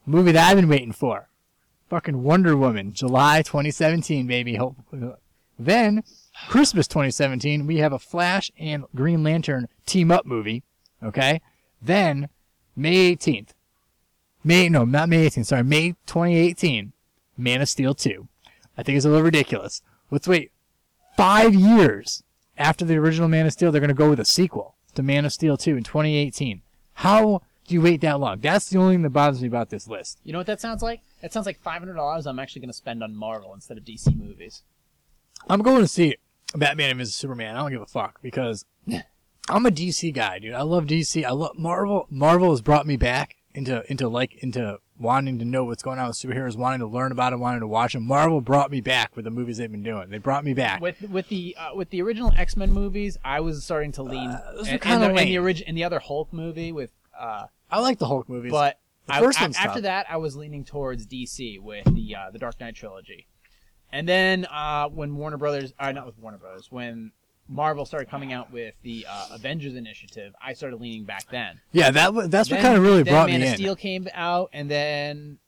[SPEAKER 3] movie that I've been waiting for, fucking Wonder Woman, July 2017, baby. Hope. Then, Christmas 2017, we have a Flash and Green Lantern team up movie. Okay. Then, May 18th. May no, not May 18th. Sorry, May 2018. Man of Steel 2. I think it's a little ridiculous. Let's wait five years after the original Man of Steel, they're going to go with a sequel to Man of Steel 2 in 2018. How do you wait that long? That's the only thing that bothers me about this list.
[SPEAKER 4] You know what that sounds like? That sounds like five hundred dollars I'm actually going to spend on Marvel instead of DC movies.
[SPEAKER 3] I'm going to see Batman and Mrs. Superman. I don't give a fuck because
[SPEAKER 2] *laughs*
[SPEAKER 3] I'm a DC guy, dude. I love DC. I love Marvel. Marvel has brought me back into into like into wanting to know what's going on with superheroes, wanting to learn about it, wanting to watch them. Marvel brought me back with the movies they've been doing. They brought me back.
[SPEAKER 4] With with the uh, with the original X Men movies, I was starting to lean.
[SPEAKER 3] Uh, those are
[SPEAKER 4] and, and
[SPEAKER 3] kinda
[SPEAKER 4] the, and the
[SPEAKER 3] lame.
[SPEAKER 4] origin and the other Hulk movie with. Uh,
[SPEAKER 3] I like the Hulk movies,
[SPEAKER 4] but
[SPEAKER 3] The
[SPEAKER 4] I,
[SPEAKER 3] first
[SPEAKER 4] I-
[SPEAKER 3] one's
[SPEAKER 4] after
[SPEAKER 3] tough.
[SPEAKER 4] that, I was leaning towards DC with the uh, the Dark Knight trilogy,
[SPEAKER 2] And then uh, when Warner Brothers, uh, not with Warner Brothers, when Marvel started coming out with the uh, Avengers initiative, I started leaning back then.
[SPEAKER 3] Yeah, that wa- that's what
[SPEAKER 2] Then-
[SPEAKER 3] kind of really
[SPEAKER 2] then
[SPEAKER 3] brought
[SPEAKER 2] Man
[SPEAKER 3] me
[SPEAKER 2] of
[SPEAKER 3] in.
[SPEAKER 2] Steel came out, and then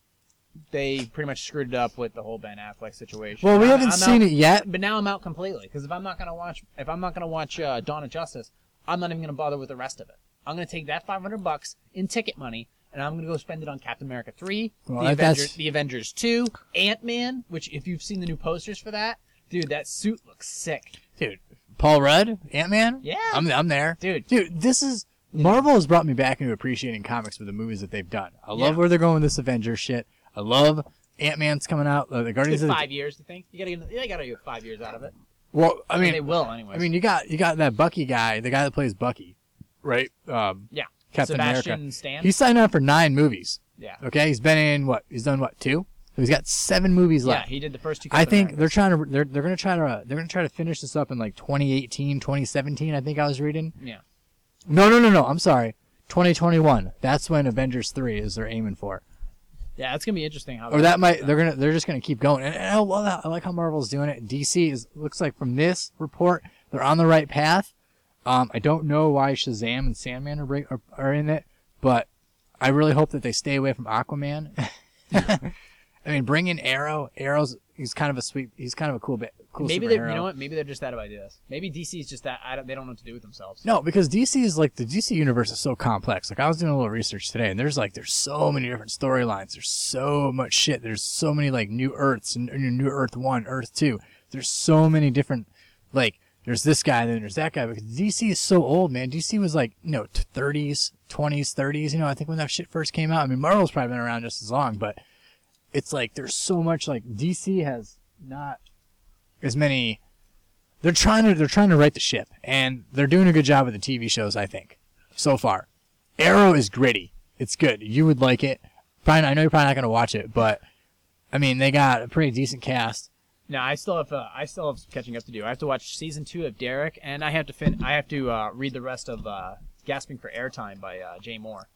[SPEAKER 2] they pretty much screwed it up with the whole Ben Affleck situation.
[SPEAKER 3] Well, we
[SPEAKER 2] I'm-
[SPEAKER 3] haven't
[SPEAKER 2] I'm
[SPEAKER 3] seen
[SPEAKER 2] out-
[SPEAKER 3] it yet.
[SPEAKER 2] but now I'm out completely because if I'm not gonna watch, if I'm not gonna watch uh, Dawn of Justice, I'm not even gonna bother with the rest of it. I'm gonna take that 500 bucks in ticket money, and I'm gonna go spend it on Captain America 3,
[SPEAKER 3] Well,
[SPEAKER 2] the,
[SPEAKER 3] that- that's-
[SPEAKER 2] Avengers, the Avengers 2, Ant Man. Which, if you've seen the new posters for that, dude, that suit looks sick.
[SPEAKER 3] dude. Paul Rudd, Ant Man.
[SPEAKER 2] Yeah.
[SPEAKER 3] I'm I'm there,
[SPEAKER 2] Dude.
[SPEAKER 3] Dude, this is Marvel has brought me back into appreciating comics with the movies that they've done. I love
[SPEAKER 2] Yeah.
[SPEAKER 3] where they're going with this Avengers shit. I love Ant Man's coming out. Uh, the Guardians of the
[SPEAKER 2] five years, you think? You gotta, get, they gotta get five years out of it.
[SPEAKER 3] well, I
[SPEAKER 2] they
[SPEAKER 3] mean,
[SPEAKER 2] will anyway.
[SPEAKER 3] I mean, you got you got that Bucky guy, the guy that plays Bucky, right? Um,
[SPEAKER 2] yeah,
[SPEAKER 3] Captain
[SPEAKER 2] Sebastian
[SPEAKER 3] America.
[SPEAKER 2] Stan.
[SPEAKER 3] He signed up for nine movies.
[SPEAKER 2] yeah,
[SPEAKER 3] Okay, he's been in what? He's done what? Two. So he's got seven movies
[SPEAKER 2] yeah,
[SPEAKER 3] left.
[SPEAKER 2] he did the first two.
[SPEAKER 3] I
[SPEAKER 2] Captain
[SPEAKER 3] think
[SPEAKER 2] Americas.
[SPEAKER 3] they're trying to they're they're gonna try to uh, they're gonna try to finish this up in like 2018, 2017. I think I was reading.
[SPEAKER 2] Yeah.
[SPEAKER 3] No, no, no, no. I'm sorry. 2021. That's when Avengers three is they're aiming for,
[SPEAKER 2] yeah, it's gonna be interesting how.
[SPEAKER 3] or that might they're gonna they're just gonna keep going. And, and I love that. I like how Marvel's doing it. DC is looks like from this report they're on the right path. Um, I don't know why Shazam and Sandman are bring, are, are in it, but I really hope that they stay away from Aquaman. *laughs* I mean, bring in Arrow. Arrow's he's kind of a sweet. He's kind of a cool bit. Cool
[SPEAKER 2] Maybe they, you
[SPEAKER 3] superhero.
[SPEAKER 2] know what? Maybe they're just out of ideas. Maybe DC is just that. I don't, they don't know what to do with themselves.
[SPEAKER 3] No, because DC is like the DC universe is so complex. Like I was doing a little research today, and there's like there's so many different storylines. There's so much shit. There's so many like new Earths and and New Earth One, Earth Two. There's so many different like there's this guy, then there's that guy. Because DC is so old, man. DC was like you know t- 30s, 20s, 30s. You know I think when that shit first came out. I mean Marvel's probably been around just as long, but it's like there's so much like DC has not as many they're trying to they're trying to right the ship, and they're doing a good job with the TV shows. I think so far, Arrow is gritty. It's good. You would like it. Probably, I know you're probably not gonna watch it, but I mean, they got a pretty decent cast.
[SPEAKER 2] No, I still have. Uh, I still have some catching up to do. I have to watch season two of Derek, and I have to fin. I have to uh, read the rest of uh, "Gasping for Airtime" by uh, Jay Moore.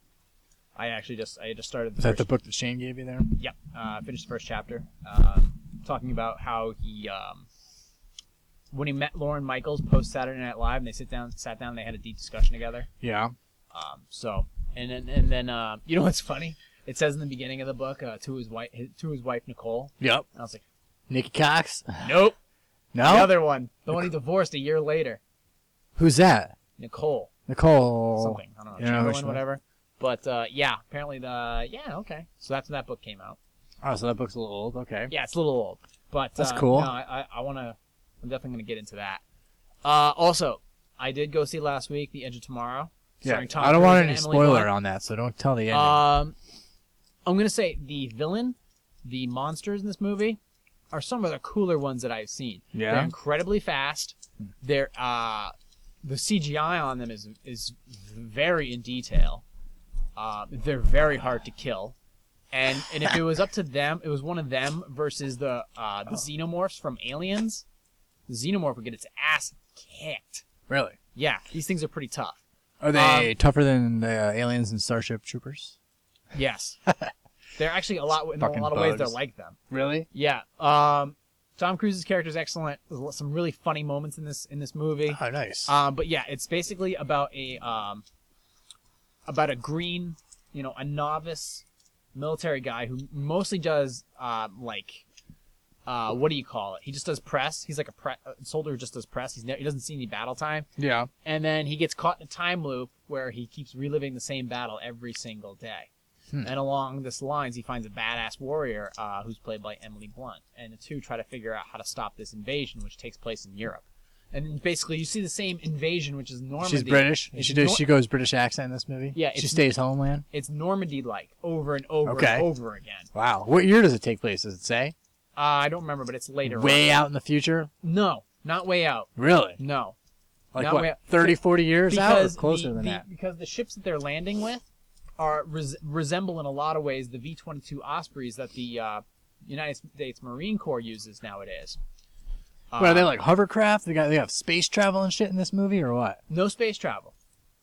[SPEAKER 2] I actually just I just started. The
[SPEAKER 3] Is that
[SPEAKER 2] first,
[SPEAKER 3] the book that Shane gave you there?
[SPEAKER 2] Yep. Uh, finished the first chapter, uh, talking about how he um, when he met Lauren Michaels post Saturday Night Live, and they sit down, sat down, and they had a deep discussion together.
[SPEAKER 3] Yeah.
[SPEAKER 2] Um, so, and then, and then, uh, you know what's funny? It says in the beginning of the book uh, to his wife, his, to his wife Nicole.
[SPEAKER 3] Yep.
[SPEAKER 2] And I was like,
[SPEAKER 3] Nikki Cox.
[SPEAKER 2] nope,
[SPEAKER 3] No.
[SPEAKER 2] the other one, the one he divorced a year later,
[SPEAKER 3] Who's that?
[SPEAKER 2] Nicole,
[SPEAKER 3] Nicole.
[SPEAKER 2] something, I don't know,
[SPEAKER 3] yeah,
[SPEAKER 2] Chamberlain,
[SPEAKER 3] which one?
[SPEAKER 2] whatever. But uh, yeah, apparently the yeah, okay. So that's when that book came out.
[SPEAKER 3] Oh, so that book's a little old. Okay.
[SPEAKER 2] Yeah, it's a little old, but
[SPEAKER 3] That's
[SPEAKER 2] uh,
[SPEAKER 3] cool.
[SPEAKER 2] No, I, I, I want to. I'm definitely going to get into that. Uh, also, I did go see last week The Edge of Tomorrow. starring Tom
[SPEAKER 3] I don't
[SPEAKER 2] Cruise
[SPEAKER 3] want
[SPEAKER 2] and
[SPEAKER 3] any
[SPEAKER 2] Emily
[SPEAKER 3] spoiler
[SPEAKER 2] Blunt.
[SPEAKER 3] on that, so don't tell the ending.
[SPEAKER 2] Um, I'm gonna say the villain, the monsters in this movie, are some of the cooler ones that I've seen.
[SPEAKER 3] Yeah.
[SPEAKER 2] they're incredibly fast. They're uh, the CGI on them is is very in detail. Uh, they're very hard to kill, and and if it was up to them, it was one of them versus the uh, the
[SPEAKER 3] Oh.
[SPEAKER 2] xenomorphs from Aliens. The xenomorph would get its ass kicked.
[SPEAKER 3] really?
[SPEAKER 2] Yeah, these things are pretty tough.
[SPEAKER 3] Are they
[SPEAKER 2] um,
[SPEAKER 3] tougher than the uh, aliens and Starship Troopers? *laughs*
[SPEAKER 2] Yes, they're actually a lot in a
[SPEAKER 3] Fucking
[SPEAKER 2] lot of ways they're
[SPEAKER 3] bugs.
[SPEAKER 2] like them.
[SPEAKER 3] Really?
[SPEAKER 2] Yeah. Um, Tom Cruise's character is excellent. There's lo- some really funny moments in this in this movie.
[SPEAKER 3] Oh, nice.
[SPEAKER 2] Um, but yeah, it's basically about a um, about a green, you know, a novice military guy who mostly does um, like uh, what do you call it? He just does press. He's like a, pre- a soldier who just does press. He's ne- he doesn't see any battle time,
[SPEAKER 3] yeah.
[SPEAKER 2] and then he gets caught in a time loop where he keeps reliving the same battle every single day.
[SPEAKER 3] Hmm.
[SPEAKER 2] And along this lines, he finds a badass warrior uh, who's played by Emily Blunt, and the two try to figure out how to stop this invasion, which takes place in Europe. And basically, you see the same invasion, which is Normandy.
[SPEAKER 3] She's British.
[SPEAKER 2] It's
[SPEAKER 3] she does.
[SPEAKER 2] Nor-
[SPEAKER 3] she goes British accent in this movie.
[SPEAKER 2] Yeah,
[SPEAKER 3] she
[SPEAKER 2] it's-
[SPEAKER 3] stays homeland.
[SPEAKER 2] It's Normandy-like over and over
[SPEAKER 3] Okay.
[SPEAKER 2] and over again.
[SPEAKER 3] Wow. What year does it take place? Does it say?
[SPEAKER 2] Uh, I don't remember, but it's later.
[SPEAKER 3] Way
[SPEAKER 2] on.
[SPEAKER 3] out in the future.
[SPEAKER 2] No, not way out.
[SPEAKER 3] Really?
[SPEAKER 2] No,
[SPEAKER 3] Like
[SPEAKER 2] Not
[SPEAKER 3] what?
[SPEAKER 2] way out.
[SPEAKER 3] 30, 40 years out, or
[SPEAKER 2] because
[SPEAKER 3] closer
[SPEAKER 2] the,
[SPEAKER 3] than
[SPEAKER 2] the-
[SPEAKER 3] that.
[SPEAKER 2] Because the ships that they're landing with are res- resemble in a lot of ways the V-22 Ospreys that the uh, United States Marine Corps uses nowadays. Uh,
[SPEAKER 3] What, are they like hovercraft? They got they have space travel and shit in this movie, or what?
[SPEAKER 2] No space travel.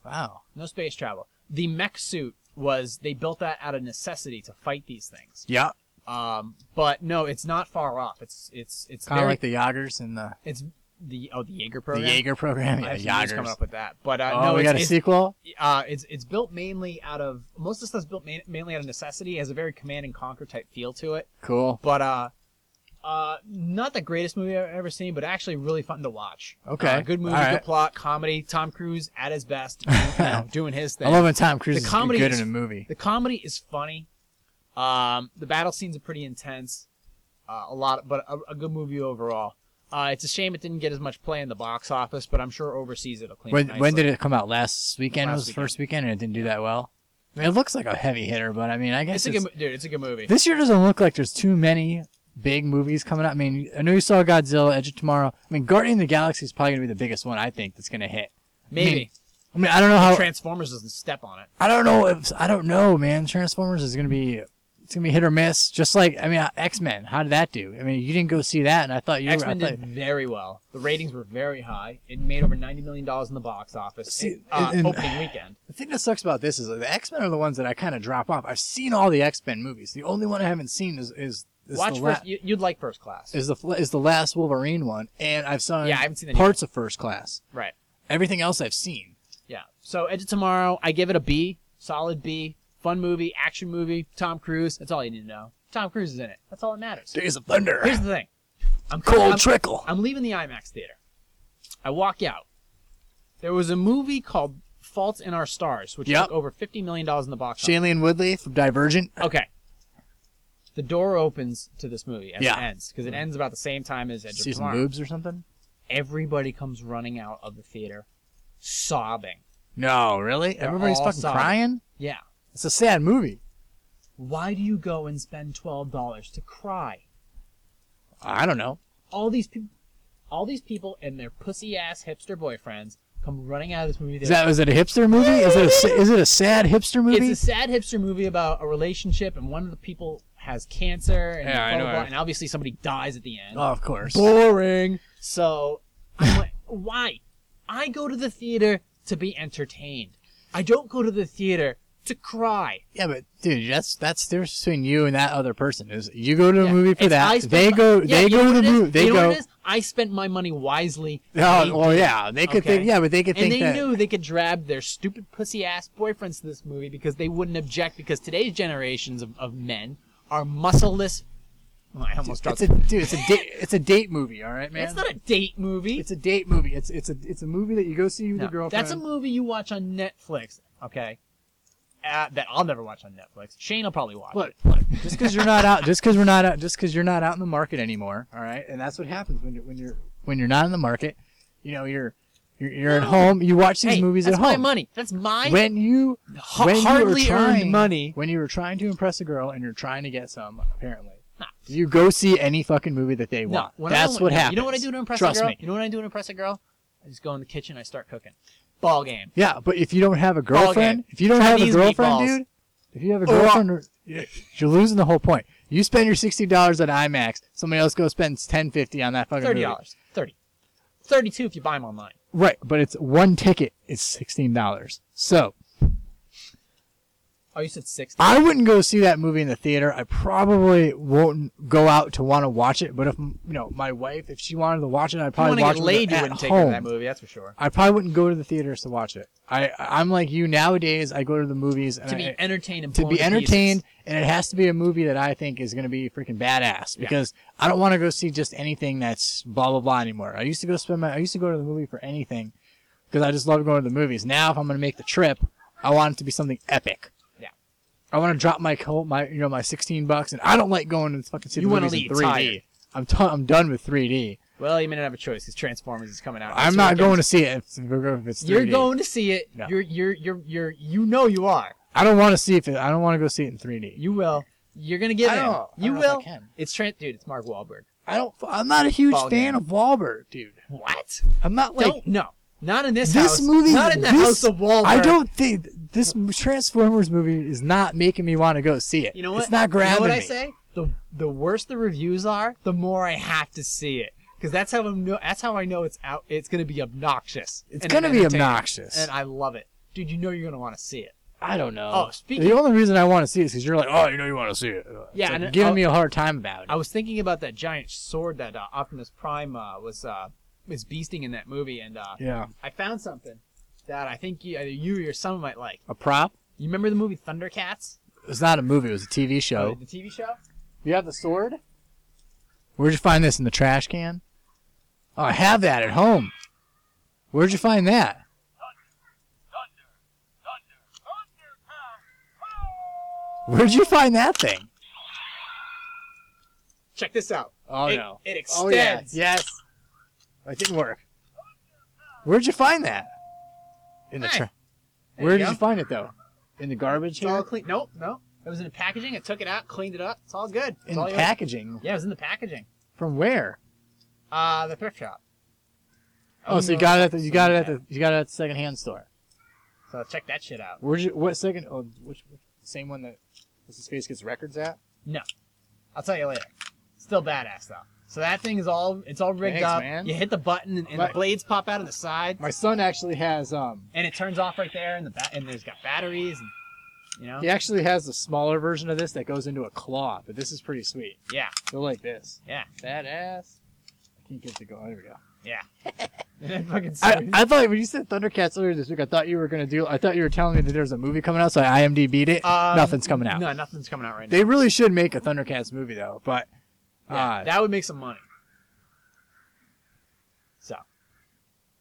[SPEAKER 3] Wow.
[SPEAKER 2] No space travel. The mech suit was they built that out of necessity to fight these things.
[SPEAKER 3] Yeah.
[SPEAKER 2] Um, but no, it's not far off. It's it's it's
[SPEAKER 3] Kind of
[SPEAKER 2] very-
[SPEAKER 3] like the Yagers and the,
[SPEAKER 2] it's the oh the Jaeger
[SPEAKER 3] the
[SPEAKER 2] program.
[SPEAKER 3] Jaeger program.
[SPEAKER 2] I
[SPEAKER 3] Yeah,
[SPEAKER 2] have some news coming
[SPEAKER 3] Yagers.
[SPEAKER 2] up with that. But uh,
[SPEAKER 3] oh,
[SPEAKER 2] no,
[SPEAKER 3] we
[SPEAKER 2] it's,
[SPEAKER 3] got a
[SPEAKER 2] it's-
[SPEAKER 3] sequel?
[SPEAKER 2] uh, it's it's built mainly out of most of the stuff's built ma- mainly out of necessity. It has a very command and conquer type feel to it.
[SPEAKER 3] Cool.
[SPEAKER 2] But uh, uh, not the greatest movie I've ever seen, but actually really fun to watch.
[SPEAKER 3] Okay.
[SPEAKER 2] Uh, good movie,
[SPEAKER 3] All right.
[SPEAKER 2] good plot, comedy. Tom Cruise at his
[SPEAKER 3] *laughs*
[SPEAKER 2] best, you know, doing his thing.
[SPEAKER 3] I love when Tom Cruise
[SPEAKER 2] The
[SPEAKER 3] is
[SPEAKER 2] comedy
[SPEAKER 3] good
[SPEAKER 2] is-
[SPEAKER 3] in a movie.
[SPEAKER 2] the comedy is funny. Um, the battle scenes are pretty intense. Uh, a lot, but a, a good movie overall. Uh, it's a shame it didn't get as much play in the box office, but I'm sure overseas it'll clean
[SPEAKER 3] When,
[SPEAKER 2] up
[SPEAKER 3] when
[SPEAKER 2] nicely.
[SPEAKER 3] did it come out? Last weekend
[SPEAKER 2] Last
[SPEAKER 3] was the
[SPEAKER 2] weekend.
[SPEAKER 3] first weekend, and it didn't do that well. I mean, it looks like a heavy hitter, but I mean, I
[SPEAKER 2] It's
[SPEAKER 3] guess
[SPEAKER 2] a
[SPEAKER 3] it's-
[SPEAKER 2] good, mo- dude. It's a good movie.
[SPEAKER 3] this year doesn't look like there's too many big movies coming out. I mean, I know you saw Godzilla, Edge of Tomorrow. I mean, Guardian of the Galaxy is probably gonna be the biggest one I think that's gonna hit.
[SPEAKER 2] Maybe
[SPEAKER 3] I mean, I don't know how.
[SPEAKER 2] Transformers doesn't step on it.
[SPEAKER 3] I don't know if I don't know, man. Transformers is gonna be it's gonna be hit or miss. Just like I mean, X Men. How did that do? I mean, you didn't go see that, and I thought you.
[SPEAKER 2] X Men
[SPEAKER 3] were, I thought,
[SPEAKER 2] did very well. The ratings were very high. It made over ninety million dollars in the box office
[SPEAKER 3] See,
[SPEAKER 2] uh,
[SPEAKER 3] and- and-
[SPEAKER 2] opening weekend.
[SPEAKER 3] The thing that sucks about this is that the X Men are the ones that I kind of drop off. I've seen all the X Men movies. The only one I haven't seen is is, is
[SPEAKER 2] Watch
[SPEAKER 3] the
[SPEAKER 2] first.
[SPEAKER 3] la-
[SPEAKER 2] You, you'd like First Class,
[SPEAKER 3] is the fl- is the last Wolverine one, and I've seen
[SPEAKER 2] Yeah, I haven't seen that
[SPEAKER 3] parts of First Class.
[SPEAKER 2] right?
[SPEAKER 3] Everything else I've seen.
[SPEAKER 2] Yeah. So Edge of Tomorrow, I give it a B, solid B. Fun movie, action movie. Tom Cruise. That's all you need to know. Tom Cruise is in it. That's all that matters.
[SPEAKER 3] Days of Thunder,
[SPEAKER 2] Here's the thing. I'm
[SPEAKER 3] Cold
[SPEAKER 2] I'm,
[SPEAKER 3] Trickle.
[SPEAKER 2] I'm leaving the IMAX theater. I walk out. There was a movie called Fault in Our Stars, which
[SPEAKER 3] Yep.
[SPEAKER 2] took over fifty million dollars in the box office.
[SPEAKER 3] Shailene Woodley from Divergent.
[SPEAKER 2] Okay. The door opens to this movie as
[SPEAKER 3] Yeah.
[SPEAKER 2] it ends because it ends about the same time as Edge
[SPEAKER 3] See
[SPEAKER 2] of
[SPEAKER 3] some
[SPEAKER 2] Tomorrow.
[SPEAKER 3] boobs or something?
[SPEAKER 2] Everybody comes running out of the theater, sobbing.
[SPEAKER 3] No, really. Everybody's
[SPEAKER 2] all
[SPEAKER 3] fucking
[SPEAKER 2] sobbing.
[SPEAKER 3] crying.
[SPEAKER 2] Yeah.
[SPEAKER 3] It's a sad movie.
[SPEAKER 2] Why do you go and spend twelve dollars to cry?
[SPEAKER 3] I don't know.
[SPEAKER 2] All these people, all these people and their pussy ass hipster boyfriends come running out of this movie.
[SPEAKER 3] Is
[SPEAKER 2] They're-
[SPEAKER 3] that was it a hipster movie? Is it a, sa- is it a sad hipster movie?
[SPEAKER 2] It's a sad hipster movie about a relationship and one of the people has cancer and
[SPEAKER 3] Yeah, I
[SPEAKER 2] blah,
[SPEAKER 3] know.
[SPEAKER 2] blah, blah, and obviously somebody dies at the end.
[SPEAKER 3] oh, of course.
[SPEAKER 2] boring. So I'm like, why? I go to the theater to be entertained. I don't go to the theater to cry.
[SPEAKER 3] Yeah, but dude, that's that's the difference between you and that other person. Is you go to a
[SPEAKER 2] Yeah,
[SPEAKER 3] movie for
[SPEAKER 2] it's- I
[SPEAKER 3] that?
[SPEAKER 2] spend
[SPEAKER 3] They
[SPEAKER 2] my-
[SPEAKER 3] go.
[SPEAKER 2] Yeah,
[SPEAKER 3] they
[SPEAKER 2] you know
[SPEAKER 3] go
[SPEAKER 2] what
[SPEAKER 3] to the
[SPEAKER 2] it is?
[SPEAKER 3] movie. They
[SPEAKER 2] You know
[SPEAKER 3] go.
[SPEAKER 2] what it is? I spent my money wisely. They
[SPEAKER 3] *laughs* Oh, well, yeah, they could
[SPEAKER 2] Okay.
[SPEAKER 3] think. Yeah, but they could
[SPEAKER 2] And
[SPEAKER 3] think
[SPEAKER 2] they
[SPEAKER 3] that.
[SPEAKER 2] knew they could drab their stupid pussy ass boyfriends to this movie because they wouldn't object because today's generations of, of men are muscleless. Oh, I almost dropped.
[SPEAKER 3] It's a dude. It's a date. It's a date movie. All right, man.
[SPEAKER 2] It's not a date movie.
[SPEAKER 3] It's a date movie. It's it's a it's a movie that you go see with
[SPEAKER 2] No,
[SPEAKER 3] your girlfriend.
[SPEAKER 2] that's a movie you watch on Netflix. Okay, uh, that I'll never watch on Netflix. Shane will probably watch.
[SPEAKER 3] Look,
[SPEAKER 2] it.
[SPEAKER 3] look. Just because you're not out, just because we're not out, just because you're not out in the market anymore. All right, and that's what happens when you're when you're when you're not in the market. You know, you're you're, you're at home. You watch these
[SPEAKER 2] Hey,
[SPEAKER 3] movies
[SPEAKER 2] that's
[SPEAKER 3] at home.
[SPEAKER 2] my money. That's my
[SPEAKER 3] when you
[SPEAKER 2] ha-
[SPEAKER 3] when you were
[SPEAKER 2] hardly
[SPEAKER 3] trying-
[SPEAKER 2] earned money.
[SPEAKER 3] when you were trying to impress a girl and you're trying to get some apparently you go see any fucking movie that they
[SPEAKER 2] No,
[SPEAKER 3] want
[SPEAKER 2] when I
[SPEAKER 3] that's
[SPEAKER 2] don't-
[SPEAKER 3] what
[SPEAKER 2] no,
[SPEAKER 3] happens
[SPEAKER 2] You know what I do to impress
[SPEAKER 3] trust
[SPEAKER 2] a girl?
[SPEAKER 3] me
[SPEAKER 2] You know what I do to impress a girl? I just go in the kitchen. I start cooking. Ball game.
[SPEAKER 3] yeah but if you don't have a
[SPEAKER 2] game.
[SPEAKER 3] girlfriend if you don't have a
[SPEAKER 2] Chinese
[SPEAKER 3] girlfriend
[SPEAKER 2] meatballs.
[SPEAKER 3] dude if you have a
[SPEAKER 2] Oh, wow.
[SPEAKER 3] girlfriend you're you're losing the whole point you spend your $60 on imax somebody else goes spends 1050 on that fucking
[SPEAKER 2] Thirty
[SPEAKER 3] movie
[SPEAKER 2] dollars. Thirty. Thirty-two if you buy them online.
[SPEAKER 3] right but it's one ticket it's $16 so
[SPEAKER 2] Oh, you said sixty.
[SPEAKER 3] I wouldn't go see that movie in the theater. I probably won't go out to want to watch it. But if you know my wife, if she wanted to watch it, I'd
[SPEAKER 2] If you wanna
[SPEAKER 3] probably watch
[SPEAKER 2] get
[SPEAKER 3] it
[SPEAKER 2] laid,
[SPEAKER 3] with her
[SPEAKER 2] you
[SPEAKER 3] at
[SPEAKER 2] wouldn't take her to
[SPEAKER 3] home.
[SPEAKER 2] that movie. That's for sure.
[SPEAKER 3] I probably wouldn't go to the theaters to watch it. I I'm like you nowadays. I go to the movies and
[SPEAKER 2] To
[SPEAKER 3] I-
[SPEAKER 2] be entertained and
[SPEAKER 3] to
[SPEAKER 2] blown
[SPEAKER 3] be entertained, and it has to be a movie that I think is going to be freaking badass because I don't want to go see just anything that's blah blah blah anymore. I used to go spend my I used to go to the movie for anything because I just love going to the movies. Now if I'm going to make the trip, I want it to be something epic.
[SPEAKER 2] Yeah.
[SPEAKER 3] I want to drop my co- my you know my 16 bucks and I don't like going to fucking see
[SPEAKER 2] You
[SPEAKER 3] the
[SPEAKER 2] wanna
[SPEAKER 3] movies in
[SPEAKER 2] leave
[SPEAKER 3] 3D.
[SPEAKER 2] tired.
[SPEAKER 3] I'm t- I'm done with 3D.
[SPEAKER 2] Well, you may not have a choice because Transformers is coming out.
[SPEAKER 3] I'm
[SPEAKER 2] next
[SPEAKER 3] not
[SPEAKER 2] weekend.
[SPEAKER 3] going to see it if, if it's 3D.
[SPEAKER 2] You're going to see it.
[SPEAKER 3] No.
[SPEAKER 2] You're you're you're you're you know you are.
[SPEAKER 3] I don't want to see if it, I don't want to go see it in 3D.
[SPEAKER 2] You will. You're gonna get
[SPEAKER 3] I
[SPEAKER 2] in.
[SPEAKER 3] don't- I
[SPEAKER 2] You
[SPEAKER 3] don't know if I
[SPEAKER 2] will.
[SPEAKER 3] can.
[SPEAKER 2] It's Trent, dude. It's Mark Wahlberg.
[SPEAKER 3] I don't. I'm not a huge
[SPEAKER 2] Ball
[SPEAKER 3] fan
[SPEAKER 2] game.
[SPEAKER 3] of Wahlberg, dude.
[SPEAKER 2] What?
[SPEAKER 3] I'm not like
[SPEAKER 2] don't no. Not in this,
[SPEAKER 3] this
[SPEAKER 2] house.
[SPEAKER 3] movie.
[SPEAKER 2] Not in the
[SPEAKER 3] this-
[SPEAKER 2] house of Wahlberg.
[SPEAKER 3] I don't think this Transformers movie is not making me want to go see it.
[SPEAKER 2] You know what?
[SPEAKER 3] It's not grabbing
[SPEAKER 2] You know what
[SPEAKER 3] me.
[SPEAKER 2] I say? The the worse the reviews are, the more I have to see it because that's how I'm. No, that's how I know it's out. It's gonna be obnoxious.
[SPEAKER 3] It's
[SPEAKER 2] and
[SPEAKER 3] gonna be
[SPEAKER 2] entertaining.
[SPEAKER 3] obnoxious.
[SPEAKER 2] and I love it, dude. You know you're gonna want to see it.
[SPEAKER 3] I don't know.
[SPEAKER 2] Oh, speaking-
[SPEAKER 3] The only reason I want to see it is because you're like, oh, you know, you want to see it.
[SPEAKER 2] Yeah,
[SPEAKER 3] It's like
[SPEAKER 2] and-
[SPEAKER 3] giving
[SPEAKER 2] oh.
[SPEAKER 3] me a hard time about it.
[SPEAKER 2] I was thinking about that giant sword that uh, Optimus Prime uh, was uh, was beasting in that movie, and uh,
[SPEAKER 3] yeah,
[SPEAKER 2] I found something that I think you, either you or your son might like.
[SPEAKER 3] a prop.
[SPEAKER 2] You remember the movie Thundercats?
[SPEAKER 3] It's not a movie. It was a TV
[SPEAKER 2] Uh,
[SPEAKER 3] show.
[SPEAKER 2] The TV show?
[SPEAKER 3] You have the sword. Where'd you find this in the trash can? Oh, I have that at home. Where'd you find that? Where'd you find that thing?
[SPEAKER 2] Check this out.
[SPEAKER 3] Oh
[SPEAKER 2] it,
[SPEAKER 3] no!
[SPEAKER 2] It extends.
[SPEAKER 3] Oh yeah! Yes. It didn't work. Where'd you find that? In the
[SPEAKER 2] Hey.
[SPEAKER 3] trash.
[SPEAKER 2] There
[SPEAKER 3] Where
[SPEAKER 2] you
[SPEAKER 3] did
[SPEAKER 2] go.
[SPEAKER 3] you find it though? In the garbage
[SPEAKER 2] It's all
[SPEAKER 3] here?
[SPEAKER 2] clean. Nope, no. It was in the packaging. I took it out, cleaned it up. It's all good. It's
[SPEAKER 3] In
[SPEAKER 2] all
[SPEAKER 3] the
[SPEAKER 2] yours.
[SPEAKER 3] packaging?
[SPEAKER 2] Yeah, it was in the packaging.
[SPEAKER 3] From where?
[SPEAKER 2] Uh, the thrift shop.
[SPEAKER 3] Oh, so you got it at the you got it at the you got it at the secondhand store.
[SPEAKER 2] So check that shit out.
[SPEAKER 3] Where'd you what second? Oh, which the same one that Mrs. Space gets records at?
[SPEAKER 2] I'll tell you later. Still badass though. So that thing is all it's all rigged
[SPEAKER 3] Thanks,
[SPEAKER 2] up.
[SPEAKER 3] man.
[SPEAKER 2] You hit the button and, and the
[SPEAKER 3] Right.
[SPEAKER 2] blades pop out of the side,
[SPEAKER 3] My son actually has um
[SPEAKER 2] and it turns off right there. And the ba- and there's got batteries and you know
[SPEAKER 3] he actually has a smaller version of this that goes into a claw, but this is pretty sweet.
[SPEAKER 2] yeah *laughs*
[SPEAKER 3] Go like this.
[SPEAKER 2] Yeah.
[SPEAKER 3] Badass. I can't get it to go. There we go.
[SPEAKER 2] yeah. fucking
[SPEAKER 3] I,
[SPEAKER 2] serious.
[SPEAKER 3] I thought when you said Thundercats earlier this week, I thought you were gonna do. I thought you were telling me that there's a movie coming out, so I IMDb'd it.
[SPEAKER 2] Um,
[SPEAKER 3] Nothing's coming out.
[SPEAKER 2] No, nothing's coming out right now.
[SPEAKER 3] They really should make a Thundercats movie though, but
[SPEAKER 2] Yeah,
[SPEAKER 3] uh,
[SPEAKER 2] that would make some money. So,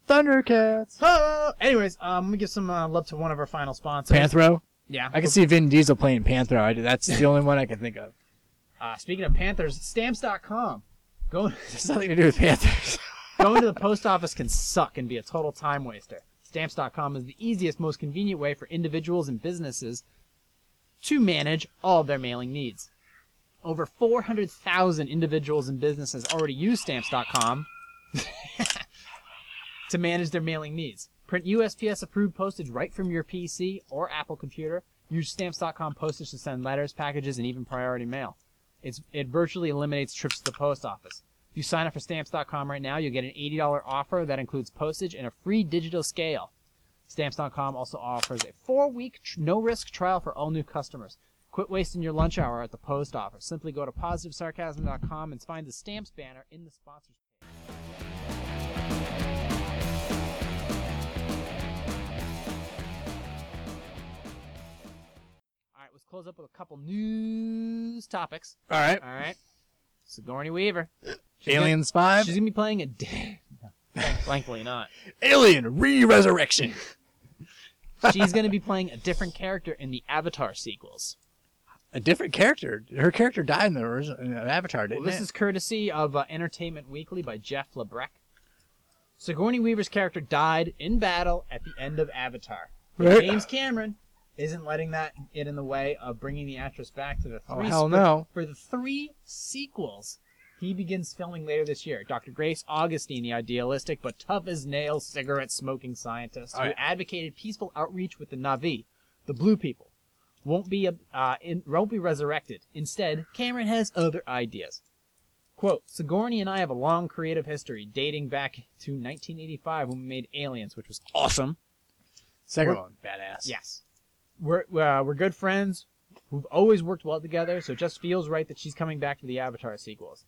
[SPEAKER 3] Thundercats.
[SPEAKER 2] oh, anyways, um, let me give some uh, love to one of our final sponsors.
[SPEAKER 3] Panthro.
[SPEAKER 2] Yeah.
[SPEAKER 3] I can see Vin Diesel playing Panthro. I, that's the only one I can think of.
[SPEAKER 2] Uh, speaking of Panthers, stamps.com. Go, *laughs*
[SPEAKER 3] It's nothing to do with Panthers.
[SPEAKER 2] going to the post office can suck and be a total time waster. Stamps.com is the easiest, most convenient way for individuals and businesses to manage all of their mailing needs. Over 400,000 individuals and businesses already use Stamps.com *laughs* to manage their mailing needs. Print USPS approved postage right from your PC or Apple computer. Use Stamps.com postage to send letters, packages, and even priority mail. It's, it virtually eliminates trips to the post office. If you sign up for Stamps.com right now, you'll get an $80 offer that includes postage and a free digital scale. Stamps.com also offers a four-week tr- no-risk trial for all new customers. Quit wasting your lunch hour at the post office. Simply go to positivesarcasm.com and find the Stamps banner in the sponsors. All right, let's close up with a couple news topics.
[SPEAKER 3] *laughs* All right.
[SPEAKER 2] All right. Sigourney Weaver.
[SPEAKER 3] Aliens
[SPEAKER 2] She's
[SPEAKER 3] 5.
[SPEAKER 2] gonna be playing a. d- *laughs* Thankfully not.
[SPEAKER 3] Alien Re-Resurrection.
[SPEAKER 2] She's gonna be playing a different character in the Avatar sequels.
[SPEAKER 3] A different character. Her character died in the original in Avatar, didn't
[SPEAKER 2] Well, this
[SPEAKER 3] it?
[SPEAKER 2] is courtesy of uh, Entertainment Weekly by Jeff LeBrec. Sigourney Weaver's character died in battle at the end of Avatar. But
[SPEAKER 3] Right.
[SPEAKER 2] James Cameron isn't letting that get in the way of bringing the actress back to the
[SPEAKER 3] Oh,
[SPEAKER 2] three.
[SPEAKER 3] hell
[SPEAKER 2] sp-
[SPEAKER 3] no.
[SPEAKER 2] For the three sequels, he begins filming later this year. Dr. Grace Augustine, the idealistic but tough as nails cigarette smoking scientist
[SPEAKER 3] Oh,
[SPEAKER 2] who
[SPEAKER 3] yeah.
[SPEAKER 2] advocated peaceful outreach with the Navi, the Blue People won't be uh, in, won't be resurrected. Instead, Cameron has other ideas. Quote, Sigourney and I have a long creative history dating back to 1985 when we made Aliens, which was awesome.
[SPEAKER 3] Second
[SPEAKER 2] We're-
[SPEAKER 3] one. Badass.
[SPEAKER 2] Yes. We're, uh, we're good friends. We've always worked well together, so it just feels right that she's coming back to the Avatar sequels.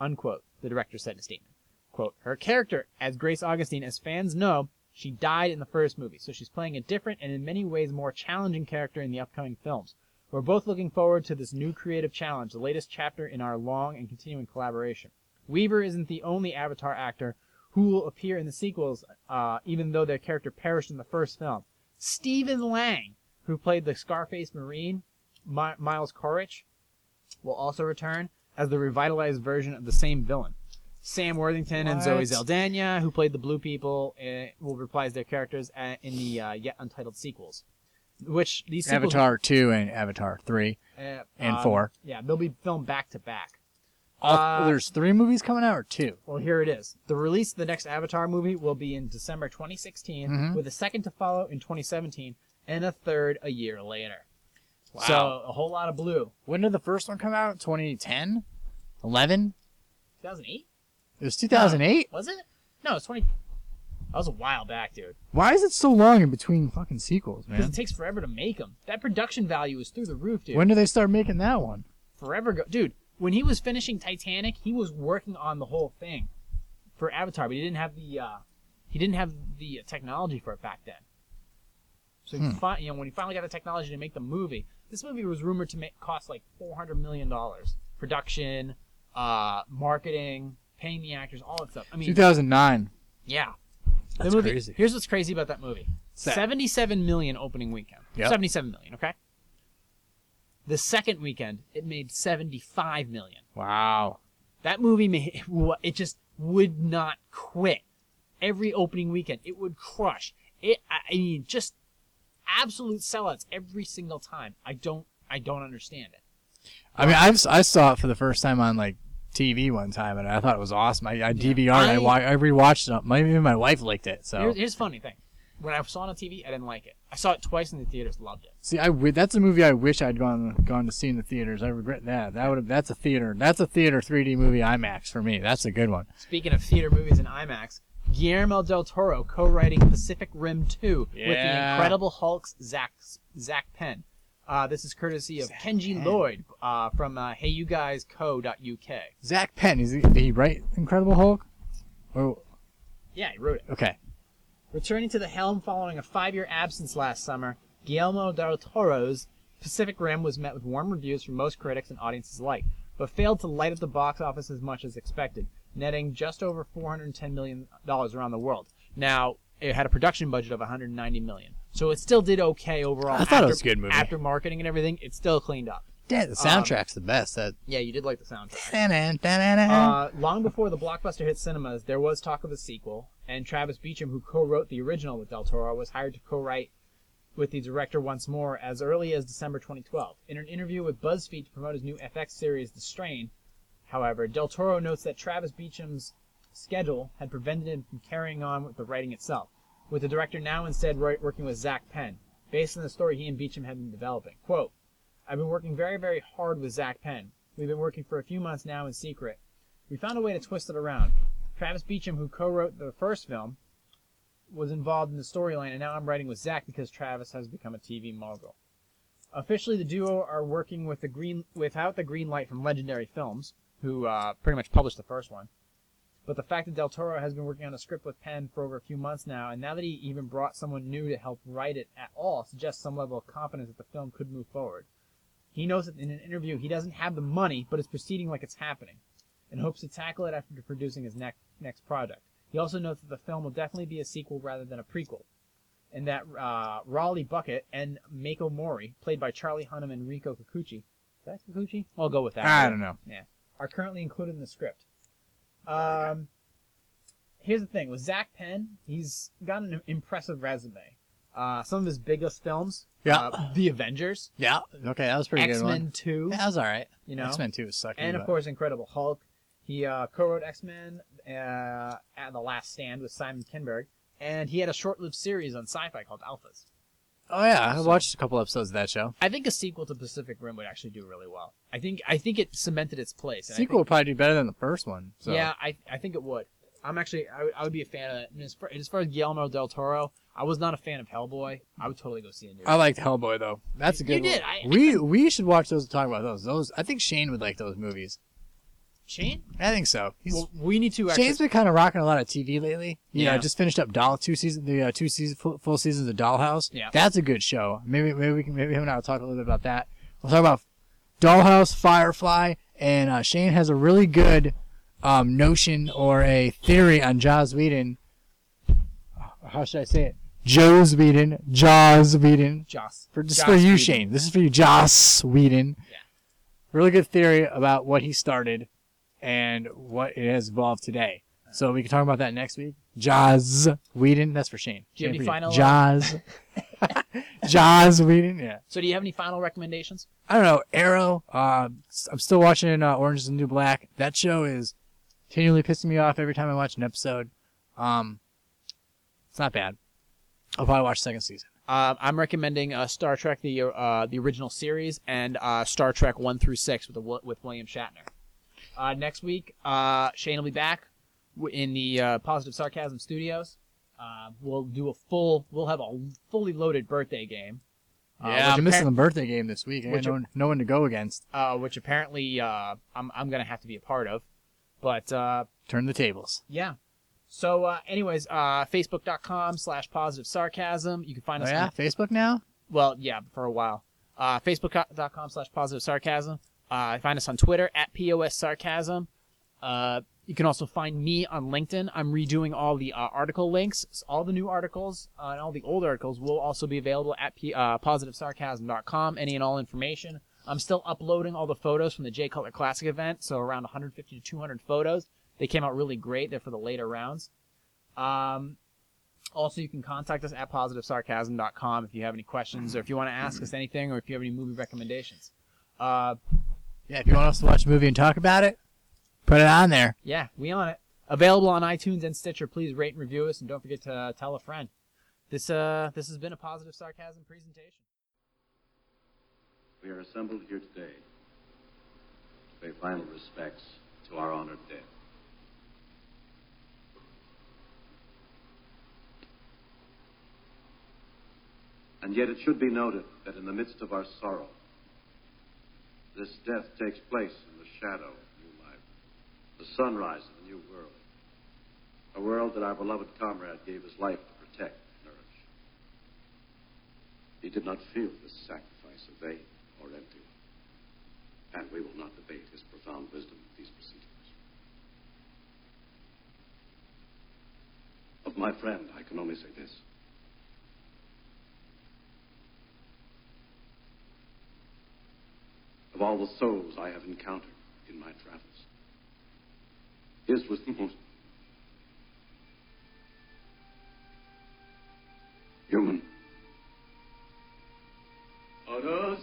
[SPEAKER 2] Unquote, the director said in a statement. Quote, her character, as Grace Augustine, as fans know, she died in the first movie, so she's playing a different and in many ways more challenging character in the upcoming films. We're both looking forward to this new creative challenge, the latest chapter in our long and continuing collaboration. Weaver isn't the only Avatar actor who will appear in the sequels, uh, even though their character perished in the first film. Stephen Lang, who played the Scarface Marine, My- Miles Corich, will also return as the revitalized version of the same villain. Sam Worthington and Zoe
[SPEAKER 3] What?
[SPEAKER 2] Zeldania, who played the Blue People, uh, will reprise their characters uh in the uh, yet untitled sequels. Which these sequels,
[SPEAKER 3] Avatar 2 and Avatar 3
[SPEAKER 2] uh,
[SPEAKER 3] and
[SPEAKER 2] um,
[SPEAKER 3] 4.
[SPEAKER 2] Yeah, they'll be filmed back to back.
[SPEAKER 3] All-
[SPEAKER 2] uh,
[SPEAKER 3] there's three movies coming out or two?
[SPEAKER 2] Well, here it is. The release of the next Avatar movie will be in December 2016,
[SPEAKER 3] Mhm.
[SPEAKER 2] with a second to follow in 2017, and a third a year later.
[SPEAKER 3] Wow.
[SPEAKER 2] So a whole lot of blue.
[SPEAKER 3] When did the first one come out? 2010? 11?
[SPEAKER 2] 2008
[SPEAKER 3] It was 2008?
[SPEAKER 2] was it? No, it's 20. That was a while back, dude.
[SPEAKER 3] Why is it so long in between fucking sequels,
[SPEAKER 2] Because
[SPEAKER 3] man?
[SPEAKER 2] it takes forever to make them. That production value is through the roof, dude.
[SPEAKER 3] When do they start making that one?
[SPEAKER 2] forever ago. Dude, when he was finishing Titanic, he was working on the whole thing for Avatar, but he didn't have the uh, he didn't have the technology for it back then. So he fi- you know, when he finally got the technology to make the movie, this movie was rumored to make, cost like four hundred million dollars, production, uh, marketing, paying the actors, all that stuff. I mean,
[SPEAKER 3] 2009.
[SPEAKER 2] yeah,
[SPEAKER 3] That's
[SPEAKER 2] movie,
[SPEAKER 3] crazy.
[SPEAKER 2] Here's what's crazy about that movie:
[SPEAKER 3] Sad.
[SPEAKER 2] seventy-seven million opening weekend.
[SPEAKER 3] Yep.
[SPEAKER 2] Seventy-seven million. Okay. The second weekend, it made seventy-five million.
[SPEAKER 3] Wow.
[SPEAKER 2] That movie, made, *laughs* it just would not quit. Every opening weekend, it would crush. It, I I mean, just absolute sellouts every single time. I don't, I don't understand it.
[SPEAKER 3] I mean, I've, I saw it for the first time on like TV one time, and I thought it was awesome. I, I DVR and I,
[SPEAKER 2] I-
[SPEAKER 3] wa- I rewatched it. My, even my wife liked it. So
[SPEAKER 2] Here's, here's the funny thing: when I saw it on TV, I didn't like it. I saw it twice in the theaters, loved it.
[SPEAKER 3] see, I wi- that's a movie I wish I'd gone gone to see in the theaters. I regret that. That would have that's a theater that's a theater 3D movie IMAX for me. That's a good one.
[SPEAKER 2] Speaking of theater movies in IMAX, Guillermo del Toro co-writing Pacific Rim 2 with the
[SPEAKER 3] Yeah.
[SPEAKER 2] Incredible Hulk's Zach Zach Penn. Uh, this is courtesy of Kenji Lloyd uh, from uh, HeyYouGuysCo.uk.
[SPEAKER 3] Zach Penn is he, did he write Incredible Hulk? Oh,
[SPEAKER 2] Yeah, he wrote it.
[SPEAKER 3] okay.
[SPEAKER 2] Returning to the helm following a five-year absence last summer, Guillermo del Toro's Pacific Rim was met with warm reviews from most critics and audiences alike, but failed to light up the box office as much as expected, netting just over 410 million dollars around the world. Now, it had a production budget of 190 million, so it still did okay overall.
[SPEAKER 3] I thought it
[SPEAKER 2] after,
[SPEAKER 3] was a good movie.
[SPEAKER 2] After marketing and everything, it still cleaned up.
[SPEAKER 3] Damn, the soundtrack's the best. That.
[SPEAKER 2] Yeah, you did like the soundtrack.
[SPEAKER 3] Uh,
[SPEAKER 2] Uh, long before the blockbuster hit cinemas, there was talk of a sequel, and Travis Beecham, who co-wrote the original with Del Toro, was hired to co-write with the director once more as early as December 2012. In an interview with BuzzFeed to promote his new FX series, The Strain, however, Del Toro notes that Travis Beecham's schedule had prevented him from carrying on with the writing itself, with the director now instead wri- working with Zach Penn, based on the story he and Beecham had been developing. Quote, I've been working very, very hard with Zach Penn. We've been working for a few months now in secret. We found a way to twist it around. Travis Beecham, who co-wrote the first film, was involved in the storyline, and now I'm writing with Zach because Travis has become a TV mogul. Officially, the duo are working with the green without the green light from Legendary Films, who uh, pretty much published the first one. But the fact that Del Toro has been working on a script with Penn for over a few months now, and now that he even brought someone new to help write it at all, suggests some level of confidence that the film could move forward. He knows that in an interview he doesn't have the money, but is proceeding like it's happening and hopes to tackle it after producing his next next project. He also notes that the film will definitely be a sequel rather than a prequel, and that uh, Raleigh Bucket and Mako Mori, played by Charlie Hunnam and Rico Kikuchi, is that Kikuchi? I'll go with that.
[SPEAKER 3] I don't know.
[SPEAKER 2] Are currently included in the script. Um, here's the thing with Zach Penn, he's got an impressive resume. Uh, some of his biggest films,
[SPEAKER 3] Yeah.
[SPEAKER 2] uh, The Avengers,
[SPEAKER 3] Yeah. Okay, that was a pretty
[SPEAKER 2] X
[SPEAKER 3] good one.
[SPEAKER 2] Men Two,
[SPEAKER 3] That was all right.
[SPEAKER 2] you know,
[SPEAKER 3] X Men Two was sucking.
[SPEAKER 2] and of course Incredible Hulk. He uh, co-wrote X Men uh, at the Last Stand with Simon Kinberg, and he had a short-lived series on Sci-Fi called Alphas.
[SPEAKER 3] oh yeah, I watched a couple episodes of that show.
[SPEAKER 2] I think a sequel to Pacific Rim would actually do really well. I think I think it cemented its place. and I
[SPEAKER 3] Sequel
[SPEAKER 2] think-
[SPEAKER 3] would probably do better than the first one. So.
[SPEAKER 2] Yeah, I, I think it would. I'm actually I, would- I would be a fan of that. And as far, as far as Guillermo del Toro, I was not a fan of Hellboy. I would totally go see a new.
[SPEAKER 3] I liked Hellboy though. That's a
[SPEAKER 2] You
[SPEAKER 3] good.
[SPEAKER 2] did,
[SPEAKER 3] one.
[SPEAKER 2] I-
[SPEAKER 3] we we should watch those and talk about those. Those I think Shane would like those movies.
[SPEAKER 2] Shane?
[SPEAKER 3] I think so. He's,
[SPEAKER 2] Well, we need to actually.
[SPEAKER 3] Shane's been kind of rocking a lot of TV lately. You know,
[SPEAKER 2] Yeah.
[SPEAKER 3] just finished up Doll two season the uh, two season full, full seasons of Dollhouse.
[SPEAKER 2] Yeah.
[SPEAKER 3] that's a good show. Maybe maybe we can maybe him and I will talk a little bit about that. We'll talk about Dollhouse, Firefly, and uh, Shane has a really good um, notion or a theory on Jaws Whedon. How should I say it? Joe's Whedon, Jaws Whedon,
[SPEAKER 2] Joss.
[SPEAKER 3] for just
[SPEAKER 2] Joss
[SPEAKER 3] for you,
[SPEAKER 2] Whedon.
[SPEAKER 3] Shane. This is for you, Joss Whedon.
[SPEAKER 2] Yeah.
[SPEAKER 3] Really good theory about what he started and what it has evolved today. So we can talk about that next week. Jaws Whedon. That's for Shane.
[SPEAKER 2] Do you have
[SPEAKER 3] Shane
[SPEAKER 2] any
[SPEAKER 3] for
[SPEAKER 2] final, uh,
[SPEAKER 3] *laughs* Jaws? Jaws Whedon. Yeah.
[SPEAKER 2] So, do you have any final recommendations?
[SPEAKER 3] I don't know. Arrow. Uh, s- I'm still watching uh, Orange is the New Black. That show is continually pissing me off every time I watch an episode. Um, it's not bad. I'll probably watch second season.
[SPEAKER 2] Uh, I'm recommending uh, Star Trek the uh, the original series and uh, Star Trek one through six with the, Wil- with William Shatner. Uh, next week, uh, Shane will be back w- in the uh, Positive Sarcasm Studios. Uh, we'll do a full. We'll have a fully loaded birthday game. uh,
[SPEAKER 3] yeah,
[SPEAKER 2] which
[SPEAKER 3] I'm missing
[SPEAKER 2] appar-
[SPEAKER 3] the birthday game this week. I got
[SPEAKER 2] which
[SPEAKER 3] no, one- no one to go against.
[SPEAKER 2] uh, which apparently uh, I'm I'm gonna have to be a part of. But uh,
[SPEAKER 3] Turn the tables.
[SPEAKER 2] yeah. So, uh, anyways, uh, facebook.com slash positive sarcasm. You can find
[SPEAKER 3] Oh,
[SPEAKER 2] us.
[SPEAKER 3] yeah,
[SPEAKER 2] on,
[SPEAKER 3] Facebook now.
[SPEAKER 2] well, yeah, for a while. Uh, facebook.com slash positive sarcasm. Uh, find us on Twitter at POS sarcasm. Uh, you can also find me on LinkedIn. I'm redoing all the uh, article links. S- All the new articles uh, and all the old articles will also be available at p- uh, positivesarcasm.com. Any and all information. I'm still uploading all the photos from the J Cutler Classic event, so around 150 to 200 photos. They came out really great. They're for the later rounds. Um, also, you can contact us at positivesarcasm.com if you have any questions or if you want to ask us anything or if you have any movie recommendations. Uh,
[SPEAKER 3] Yeah, if you want us to watch a movie and talk about it, put it on there.
[SPEAKER 2] yeah, we on it. Available on iTunes and Stitcher. Please rate and review us, and don't forget to uh, tell a friend. This uh, this has been a positive sarcasm presentation.
[SPEAKER 5] We are assembled here today to pay final respects to our honored dead. And yet it should be noted that in the midst of our sorrow, this death takes place in the shadow of a new life, the sunrise of a new world, a world that our beloved comrade gave his life to protect and nourish. He did not feel this sacrifice of vain or empty. And we will not debate his profound wisdom of these proceedings. Of my friend, I can only say this. Of all the souls I have encountered in my travels, his was the most human. On us.